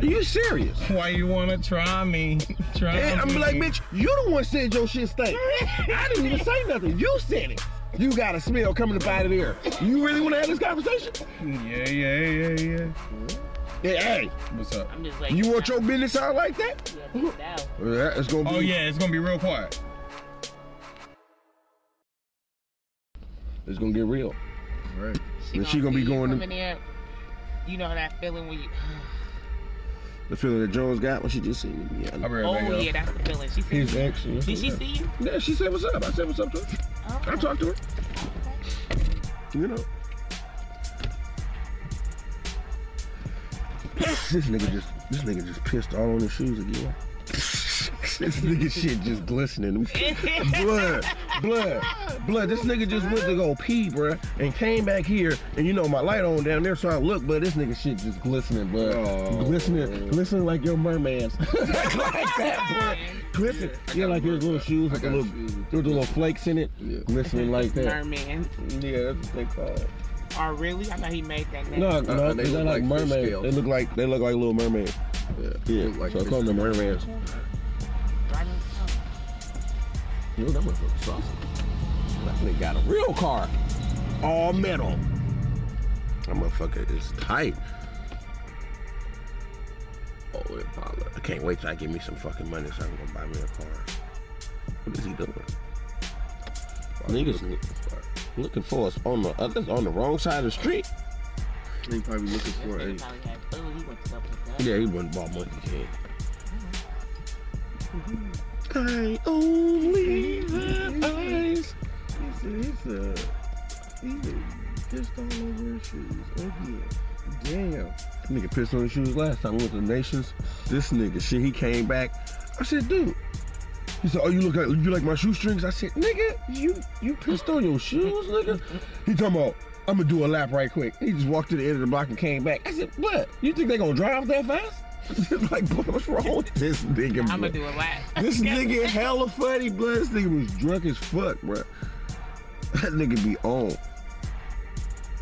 S7: Are you serious?
S5: Why you wanna try me? try
S7: And I'm
S5: me.
S7: like, bitch, you the one said your shit stink. I didn't even say nothing. You said it. You got a smell coming up out of there. You really want to have this conversation?
S5: Yeah, yeah, yeah, yeah.
S7: Yeah, hey,
S5: What's up?
S6: I'm just like.
S7: you want your business out like that?
S6: Yeah, bitch, now.
S7: Yeah, it's gonna be.
S5: Oh yeah, it's gonna be real quiet.
S7: It's gonna get real.
S5: Right.
S7: Then she gonna be
S6: see you
S7: going to-
S6: coming in. You know that feeling when you.
S7: The feeling that Jones got when she just seen me.
S5: I'll be right
S6: Oh
S5: back. y'all.
S6: yeah, that's the feeling. She see
S7: His
S6: you.
S7: ex. yeah.
S6: Did she see you?
S7: Yeah, she said what's up. I said what's up to her. I talked to her. You know. this nigga just this nigga just pissed all on his shoes again. this nigga shit just glistening. blood, blood, blood. This nigga just went to go pee, bruh, and came back here, and you know my light on down there, so I look, but this nigga shit just glistening, bruh. Glistening, glistening like your mermaids. like that, bruh. Glisten. Yeah, like your little shoes, like a little, with the little flakes in it, glistening like that.
S6: Merman.
S7: Yeah, that's what they call it.
S6: Oh really? I thought he made that name.
S7: No,
S3: Uh,
S7: no,
S3: they
S7: they
S3: look
S7: look like
S3: like fish
S7: mermaids.
S3: scales.
S7: They look like they look like little mermaids. Yeah, so I call them the mermaids.
S6: I don't know.
S7: You know that motherfucker saucy. That nigga got a real car, all metal. That motherfucker is tight. Oh, Impala. I can't wait till I get me some fucking money so I can go buy me a car. What is he doing? Niggas looking for us on the other, on the wrong side of the street.
S3: He probably looking for
S6: He
S3: a
S6: probably had food. He went to go pick up.
S7: Yeah, he went and bought Monkey King.
S3: Mm-hmm.
S7: I only have eyes.
S3: He's, he's, uh, he's uh, pissed all over his shoes again. Damn.
S7: Nigga pissed on his shoes last time. We went to the Nations. This nigga shit, he came back. I said, dude. He said, oh, you look like you like my shoestrings? I said, nigga, you you pissed on your shoes, nigga. He talking about, I'm gonna do a lap right quick. He just walked to the end of the block and came back. I said, what? You think they gonna drive that fast? like, boy, what's wrong with this nigga? bro?
S6: I'm gonna do a lap.
S7: This nigga hella funny, blood. This nigga was drunk as fuck, bruh. That nigga be on.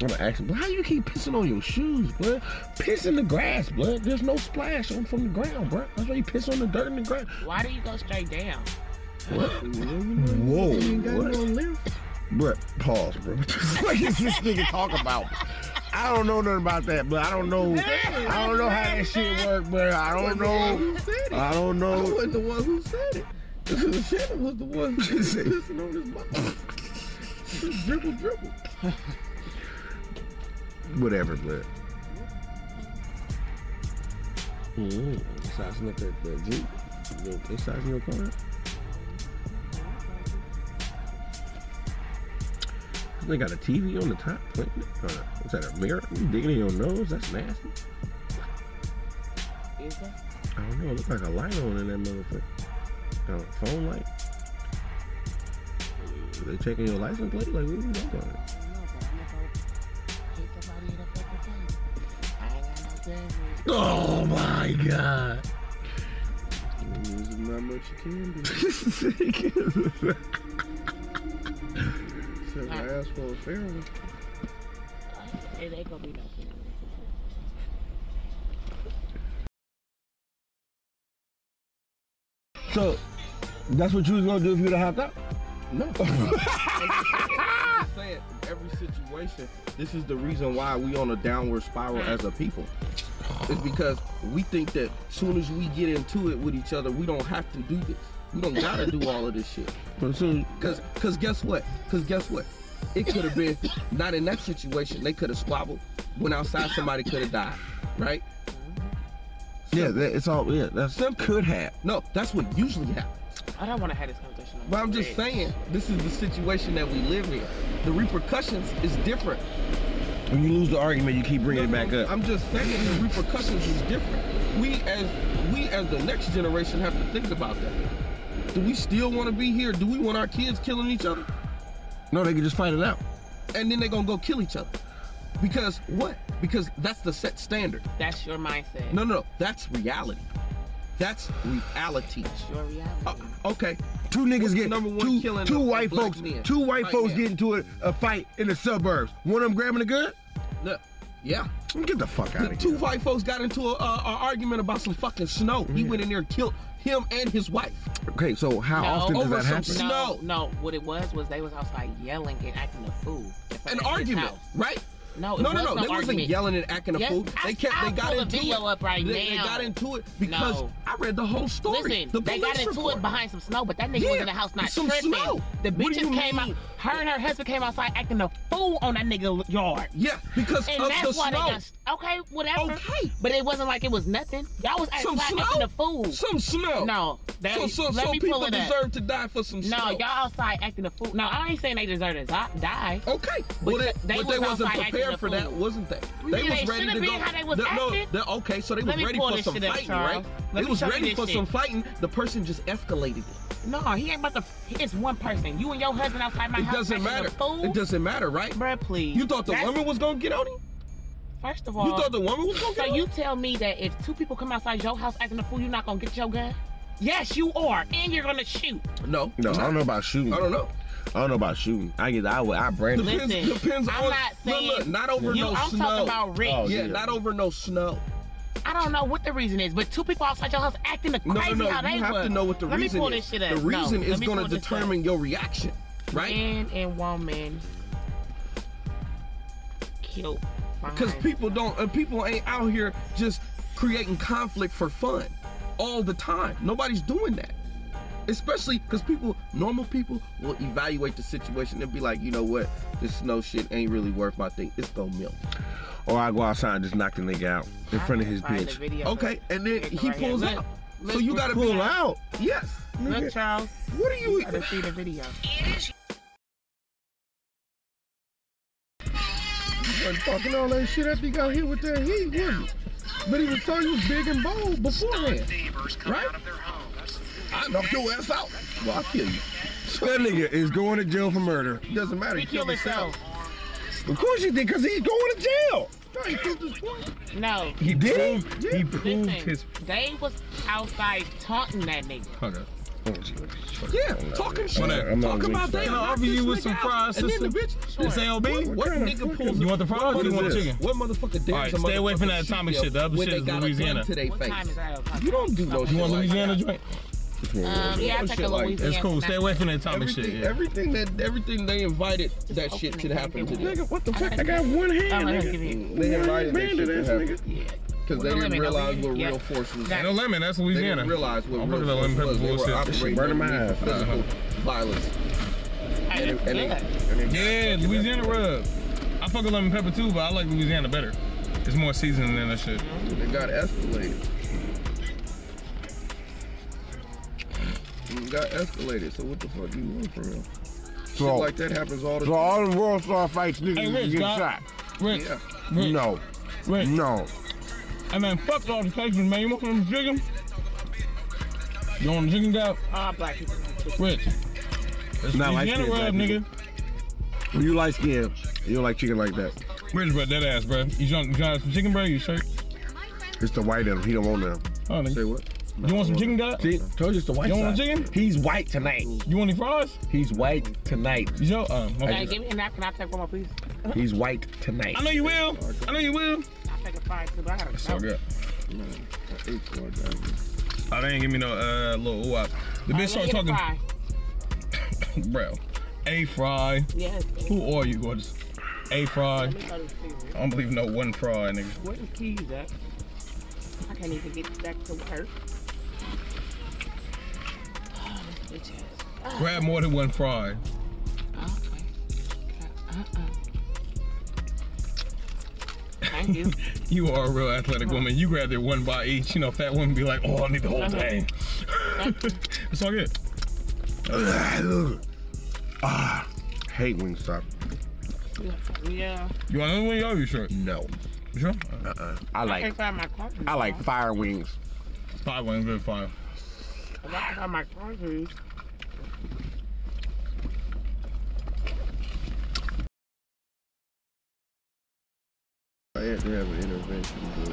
S7: I'm gonna ask him, "Bro, how you keep pissing on your shoes, blood? Piss in the grass, blood. There's no splash on from the ground, bruh. That's why you piss on the dirt in the ground.
S6: Why do you go straight down?
S7: Whoa, what? Bruh, pause, bro. What the fuck is this nigga talk about? I don't know nothing about that, but I don't know. I don't know how that shit work, bruh. I don't know. I don't
S3: I
S7: know.
S3: wasn't the one who said it. Shannon was the one who was pissing on his mouth. Just dribble, dribble.
S7: Whatever, blood. Mm-hmm. Sizing up that, that Jeep. Yo, They sizing your car up? They got a TV on the top. Wait, uh, is that a mirror? You digging in your nose? That's nasty.
S6: Is that?
S7: I don't know. It look like a light on in that motherfucker. Uh, phone light. They checking your license plate? Like, what are you doing?
S6: I don't know, but I'm gonna go hit somebody in the fucking face. I ain't got no business.
S7: Oh my god.
S3: There's not much you can do. Except I asked for a fair one.
S6: It ain't gonna be no business.
S7: so, that's what you was gonna do if you would have hopped out?
S3: saying every situation. This is the reason why we on a downward spiral as a people. is because we think that soon as we get into it with each other, we don't have to do this. We don't gotta do all of this shit.
S7: But soon,
S3: Cause, cause guess what? Cause guess what? It could have been not in that situation. They could have squabbled. Went outside. Somebody could have died. Right?
S7: yeah, that, it's all yeah. That's
S3: Simple.
S7: could have.
S3: No, that's what usually happens.
S6: I don't want to have this conversation. on
S3: But I'm
S6: my
S3: just
S6: bed.
S3: saying, this is the situation that we live in. The repercussions is different.
S7: When you lose the argument, you keep bringing it back up.
S3: I'm just saying the repercussions is different. We as we as the next generation have to think about that. Do we still want to be here? Do we want our kids killing each other?
S7: No, they can just fight it out.
S3: And then they're gonna go kill each other. Because what? Because that's the set standard.
S6: That's your mindset.
S3: No, no, no. That's reality. That's reality.
S6: Your reality.
S3: Uh, okay.
S7: Two niggas
S3: What's the
S7: get
S3: number one
S7: two,
S3: killing
S7: two
S3: of
S7: white
S3: black
S7: folks.
S3: men?
S7: Two white
S3: White
S7: folks
S3: men.
S7: get into a, a fight in the suburbs. One of them grabbing a gun.
S3: Look. Yeah.
S7: Get the fuck out
S3: The
S7: of
S3: two
S7: here.
S3: white folks got into a, uh, an argument about some fucking snow.
S6: Mm-hmm.
S3: He went in there and killed him and his wife.
S7: Okay, so how
S6: No.
S7: often does
S3: Over
S7: that
S3: some
S7: happen?
S3: shit.
S6: No,
S3: No.
S6: no. What it was was they was outside yelling and acting a fool. in front
S3: An
S6: of his
S3: argument,
S6: house.
S3: right?
S6: No, it
S3: No,
S6: was
S3: no, no. They wasn't
S6: argument.
S3: yelling and acting a
S6: Yes,
S3: fool.
S6: I-
S3: They kept.
S6: I'll
S3: They got
S6: pull the
S3: into
S6: video
S3: it.
S6: up right
S3: they, they
S6: now.
S3: got into it because
S6: No.
S3: I read the whole story.
S6: Listen,
S3: the
S6: they got
S3: police
S6: into
S3: report.
S6: it behind some snow, but that nigga was
S3: Yeah,
S6: in the house not
S3: some
S6: tripping.
S3: snow.
S6: The
S3: What do
S6: bitches
S3: you
S6: came
S3: mean?
S6: out. Her and her husband came outside acting a fool on that nigga yard.
S3: Yeah, because
S6: And
S3: of the
S6: that's why
S3: snow.
S6: they got okay, whatever.
S3: Okay.
S6: But it wasn't like it was nothing. Y'all was
S3: some
S6: outside
S3: snow.
S6: acting a fool.
S3: Some snow.
S6: No, that,
S3: So, so,
S6: let
S3: so
S6: me
S3: people
S6: pull it up.
S3: deserve to die for some
S6: no,
S3: snow.
S6: y'all outside acting a fool. No, I ain't saying they deserve to di- die.
S3: Okay. Well,
S6: But
S3: they,
S6: they
S3: but they
S6: was
S3: wasn't
S6: outside acting
S3: prepared
S6: a
S3: for that,
S6: fool.
S3: wasn't they? They
S6: Yeah,
S3: was
S6: they
S3: ready
S6: shoulda
S3: to
S6: been
S3: go.
S6: how they was
S3: no,
S6: acting.
S3: they- okay, so they was
S6: Let me
S3: ready
S6: pull
S3: for
S6: this
S3: some
S6: shit up,
S3: fighting, right?
S6: Charles. Let
S3: they
S6: me
S3: was
S6: show you
S3: ready
S6: this
S3: for
S6: shit.
S3: some fighting. The person just escalated it.
S6: No, he ain't about to. It's one person. You and your husband outside my
S3: It
S6: house.
S3: doesn't
S6: acting
S3: matter.
S6: A fool.
S3: It doesn't matter, right?
S6: Bruh, please.
S3: You thought the
S6: That's-
S3: woman was gonna get on him?
S6: First of all,
S3: You thought the woman was gonna
S6: So
S3: get on
S6: you
S3: him?
S6: tell me that if two people come outside your house acting a fool, you're not gonna get your gun? Yes, you are, and you're gonna shoot.
S3: No,
S7: No, I don't know about shooting.
S3: I don't know.
S7: I don't know about shooting. I get I would I brand it.
S6: Listen,
S3: Depends, depends
S6: I'm
S3: on.
S6: not saying-
S3: look, look, not over
S6: You,
S3: no
S6: I'm
S3: snow.
S6: talking about Rich.
S7: Oh,
S3: yeah,
S7: yeah.
S3: not over no snow.
S6: I don't know what the reason is, but two people outside your house acting the
S3: No,
S6: crazy
S3: no, no.
S6: how they
S3: you have
S6: was.
S3: to know what the
S6: Let
S3: reason
S6: me pull
S3: is.
S6: This shit up.
S3: The reason
S6: no,
S3: is gonna determine your reaction, right?
S6: Man and woman killed.
S3: Because
S6: behind-
S3: people don't, uh, people ain't out here just creating conflict for fun all the time. Nobody's doing that. Especially because people, normal people, will evaluate the situation and be like, you know what, this snow shit ain't really worth my thing. It's gonna melt.
S7: Or I go outside and just knock the nigga out in front of his
S6: Find the
S7: bitch.
S6: video.
S3: Okay, and then
S6: It's
S3: he
S6: right here.
S3: pulls
S6: Look,
S3: out.
S6: look,
S3: So Oh, you gotta
S6: look,
S3: pull
S7: Out.
S3: Yes.
S6: Look, Charles,
S3: What are you?
S6: you gotta see the video.
S7: wasn't talking all that shit after he got hit with that heat, was he? But he was telling you was big and bold beforehand.
S3: Right? I knock your ass out. Well, I'll kill you.
S7: That nigga is going to jail for murder.
S3: It doesn't matter.
S6: He
S3: You killed
S6: killed
S3: yourself.
S6: himself.
S7: Of course you did, because he's going to jail.
S3: No, he proved his point.
S6: No,
S7: He did?
S5: He proved
S6: listen,
S5: his.
S6: they was outside taunting that nigga.
S3: Yeah, talking shit.
S5: What up?
S7: I'm not
S3: Talk
S7: really
S3: about
S7: sure.
S3: that.
S5: Can I offer you with some fries,
S3: And then the
S5: sister?
S3: bitch.
S5: This AOB?
S3: What nigga pulls
S5: You want the fries or
S3: What
S5: you
S3: is
S5: want the
S3: this?
S5: chicken?
S3: What motherfucker dares
S5: Alright,
S3: a
S5: stay away from that
S3: motherfucker
S5: atomic
S3: shoot
S5: shit. The other
S3: when
S5: shit
S3: they
S5: is
S3: got a gun
S5: Louisiana.
S3: To their
S6: What time is
S3: face.
S6: that?
S3: You don't do no
S6: You
S3: shit
S5: You want
S3: like
S5: Louisiana
S3: that.
S5: joint?
S6: Um, yeah, I
S3: Some
S6: took
S3: shit
S6: a
S3: like that.
S6: Louisiana.
S5: It's cool. Stay away from that atomic
S3: Everything,
S5: shit. Yeah.
S3: everything that everything they invited that
S6: open
S3: shit
S6: it
S3: could
S6: and
S3: happen to
S6: give it
S3: them.
S7: Nigga, what the fuck?
S6: gotta
S7: I got one
S6: I'm
S7: hand,
S6: gonna
S7: nigga.
S6: give you.
S3: They invited that
S7: Branded
S3: shit to
S7: ass
S3: happen
S7: nigga.
S6: Yeah.
S3: because they
S6: Don't
S3: didn't
S6: limit,
S3: realize
S6: don't
S3: what
S6: limit.
S3: real
S6: Yeah.
S3: force was.
S5: Ain't no
S3: They
S5: lemon. That's
S3: didn't
S5: Louisiana.
S3: realize what
S5: I'm
S3: real
S5: fucking with
S3: force
S5: lemon
S3: was.
S5: pepper
S3: They were
S5: bullshit.
S3: operating
S7: Burning my
S3: underneath
S7: eyes.
S3: physical violence.
S6: Hey,
S3: And
S6: that's
S3: it- and it-
S6: good.
S5: Yeah, Louisiana rub. I fuck with lemon pepper too, but I like Louisiana better. It's more seasoned than that shit.
S3: It got escalated. It got escalated. So what the fuck you want from him? Shit
S7: So-
S3: like that happens all the
S7: So
S3: time.
S7: all the world star fights niggas
S5: Hey,
S7: is
S5: Rich,
S7: get
S5: dog.
S7: shot.
S5: Rich,
S3: Yeah.
S5: Rich,
S7: No,
S5: Rich.
S7: no.
S5: Hey man, fuck all the stations, man. You want some chicken? You want the chicken guy?
S6: All black people.
S5: Rich. It's
S7: Not like
S5: Louisiana
S7: that,
S5: rub,
S7: black
S5: nigga.
S7: You like skin. You don't like chicken like that.
S5: Rich, bro, that ass, bro. You want, you want some chicken, bro? You shirt?
S7: It's the white of him. He don't want them.
S5: Oh,
S3: Say
S5: nigga.
S3: what?
S5: You want some chicken, guy?
S7: told you it's the white
S5: You want some chicken?
S7: He's white tonight.
S5: You want any fries?
S7: He's white tonight.
S5: Yo, uh,
S6: Hey,
S5: okay.
S6: give me a napkin. I'll take one more, please.
S7: He's white tonight.
S5: I know you will. I know you will.
S6: I'll take a five, too, but I gotta
S5: So
S6: go.
S5: good.
S3: No, I ate four times.
S5: Oh, they ain't give me no uh little ooh The bitch
S6: All right,
S5: started
S6: let me get
S5: talking,
S6: a fry.
S5: bro. A fry.
S6: Yes.
S5: Who are you, gorgeous? A fry.
S6: Let me go to the freezer.
S5: I don't believe no one fry, nigga.
S6: Where the keys at? can't even get back to work. Oh, this bitch ass.
S5: Grab more than one fry.
S6: Uh-uh. Uh-uh. Thank you.
S5: You are a real athletic woman. You grab that one by each. You know, fat women be like, oh, I need the
S6: Uh-huh.
S5: whole thing. it's all good.
S7: Ah,
S3: Hate Wingstop.
S6: yeah.
S5: You want another one? Yo, you sure?
S3: No.
S5: You sure?
S3: Uh-uh. I
S6: I
S3: like
S6: can't find my car keys.
S3: I like fire wings.
S5: Five wings, good five.
S6: I can't find my car keys.
S7: I have to have an intervention. But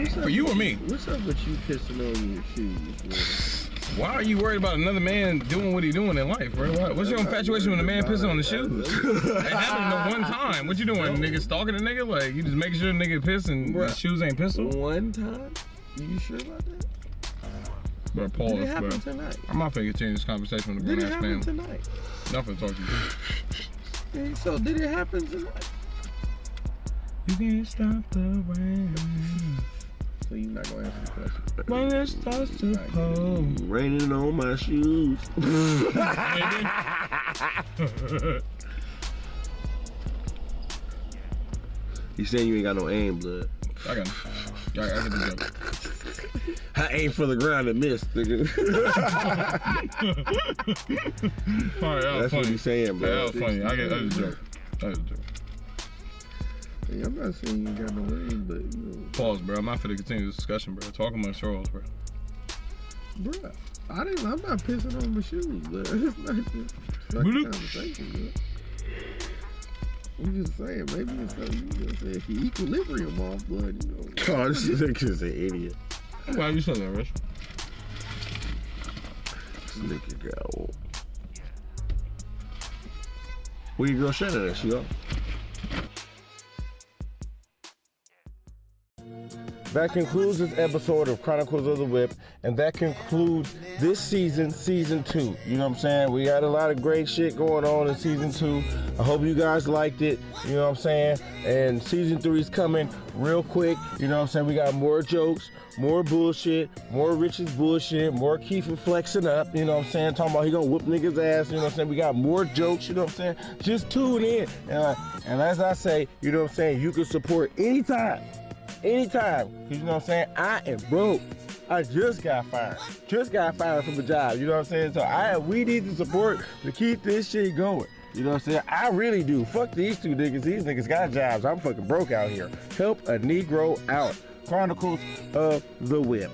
S7: what's up
S5: For you or me?
S7: What's up with you pissing on your shoes?
S5: Why are you worried about another man doing what he doing in life, bro? What- What's your infatuation with a man pissing on the shoes? It happened the one time. What you doing, nigga? Stalking a nigga? Like you just making sure the nigga piss and
S7: Bruh.
S5: his shoes ain't
S7: bro?
S5: pistol?
S7: One time? You sure about that?
S5: Bro,
S7: Did it
S5: pause,
S7: happen
S5: bro.
S7: tonight?
S5: I'm not finna change this conversation with a
S7: Did
S5: grown
S7: it
S5: ass
S7: happen
S5: man.
S7: tonight?
S5: Nothing to talk to you.
S7: Hey, So did it happen tonight?
S5: You can't stop the rain.
S7: So you're not gonna answer the question.
S5: When it starts to pour.
S7: Raining on my shoes. You saying you ain't got no aim, blood?
S5: I got it. Yeah, I got the joke.
S7: I aim for the ground and miss, nigga.
S5: All right, that
S7: That's
S5: was
S7: what
S5: funny.
S7: you saying,
S5: Yeah, That
S7: bro.
S5: was funny. I got that was a joke. That was a joke.
S7: Hey, I'm not saying you ain't got no aim, but you know.
S5: Pause, bro. I'm not finna continue this discussion, bro. Talking amongst yourselves, bro.
S7: Bruh, I didn't. I'm not pissing on my shoes, but it's not just it's not
S5: Bloop.
S7: the conversation, bro. I'm just saying, maybe it's something you just say if you equilibrium off, but you know.
S3: God, Oh, this nigga's an idiot.
S5: I'm glad you said that, Rich.
S3: This nigga got old. Where your girl Shannon at? She up?
S1: That concludes this episode of Chronicles of the Whip, and that concludes this season, season two. You know what I'm saying? We got a lot of great shit going on in season two. I hope you guys liked it. You know what I'm saying? And season three is coming real quick. You know what I'm saying? We got more jokes, more bullshit, more Rich's bullshit, more Keith and flexing up. You know what I'm saying? Talking about he gonna whoop niggas ass. You know what I'm saying? We got more jokes. You know what I'm saying? Just tune in. And, uh, and as I say, you know what I'm saying? You can support anytime anytime. 'Cause you know what I'm saying? I am broke. I just got fired. Just got fired from a job. You know what I'm saying? So I we need the support to keep this shit going. You know what I'm saying? I really do. Fuck these two niggas. These niggas got jobs. I'm fucking broke out here. Help a Negro out. Chronicles of the Whip.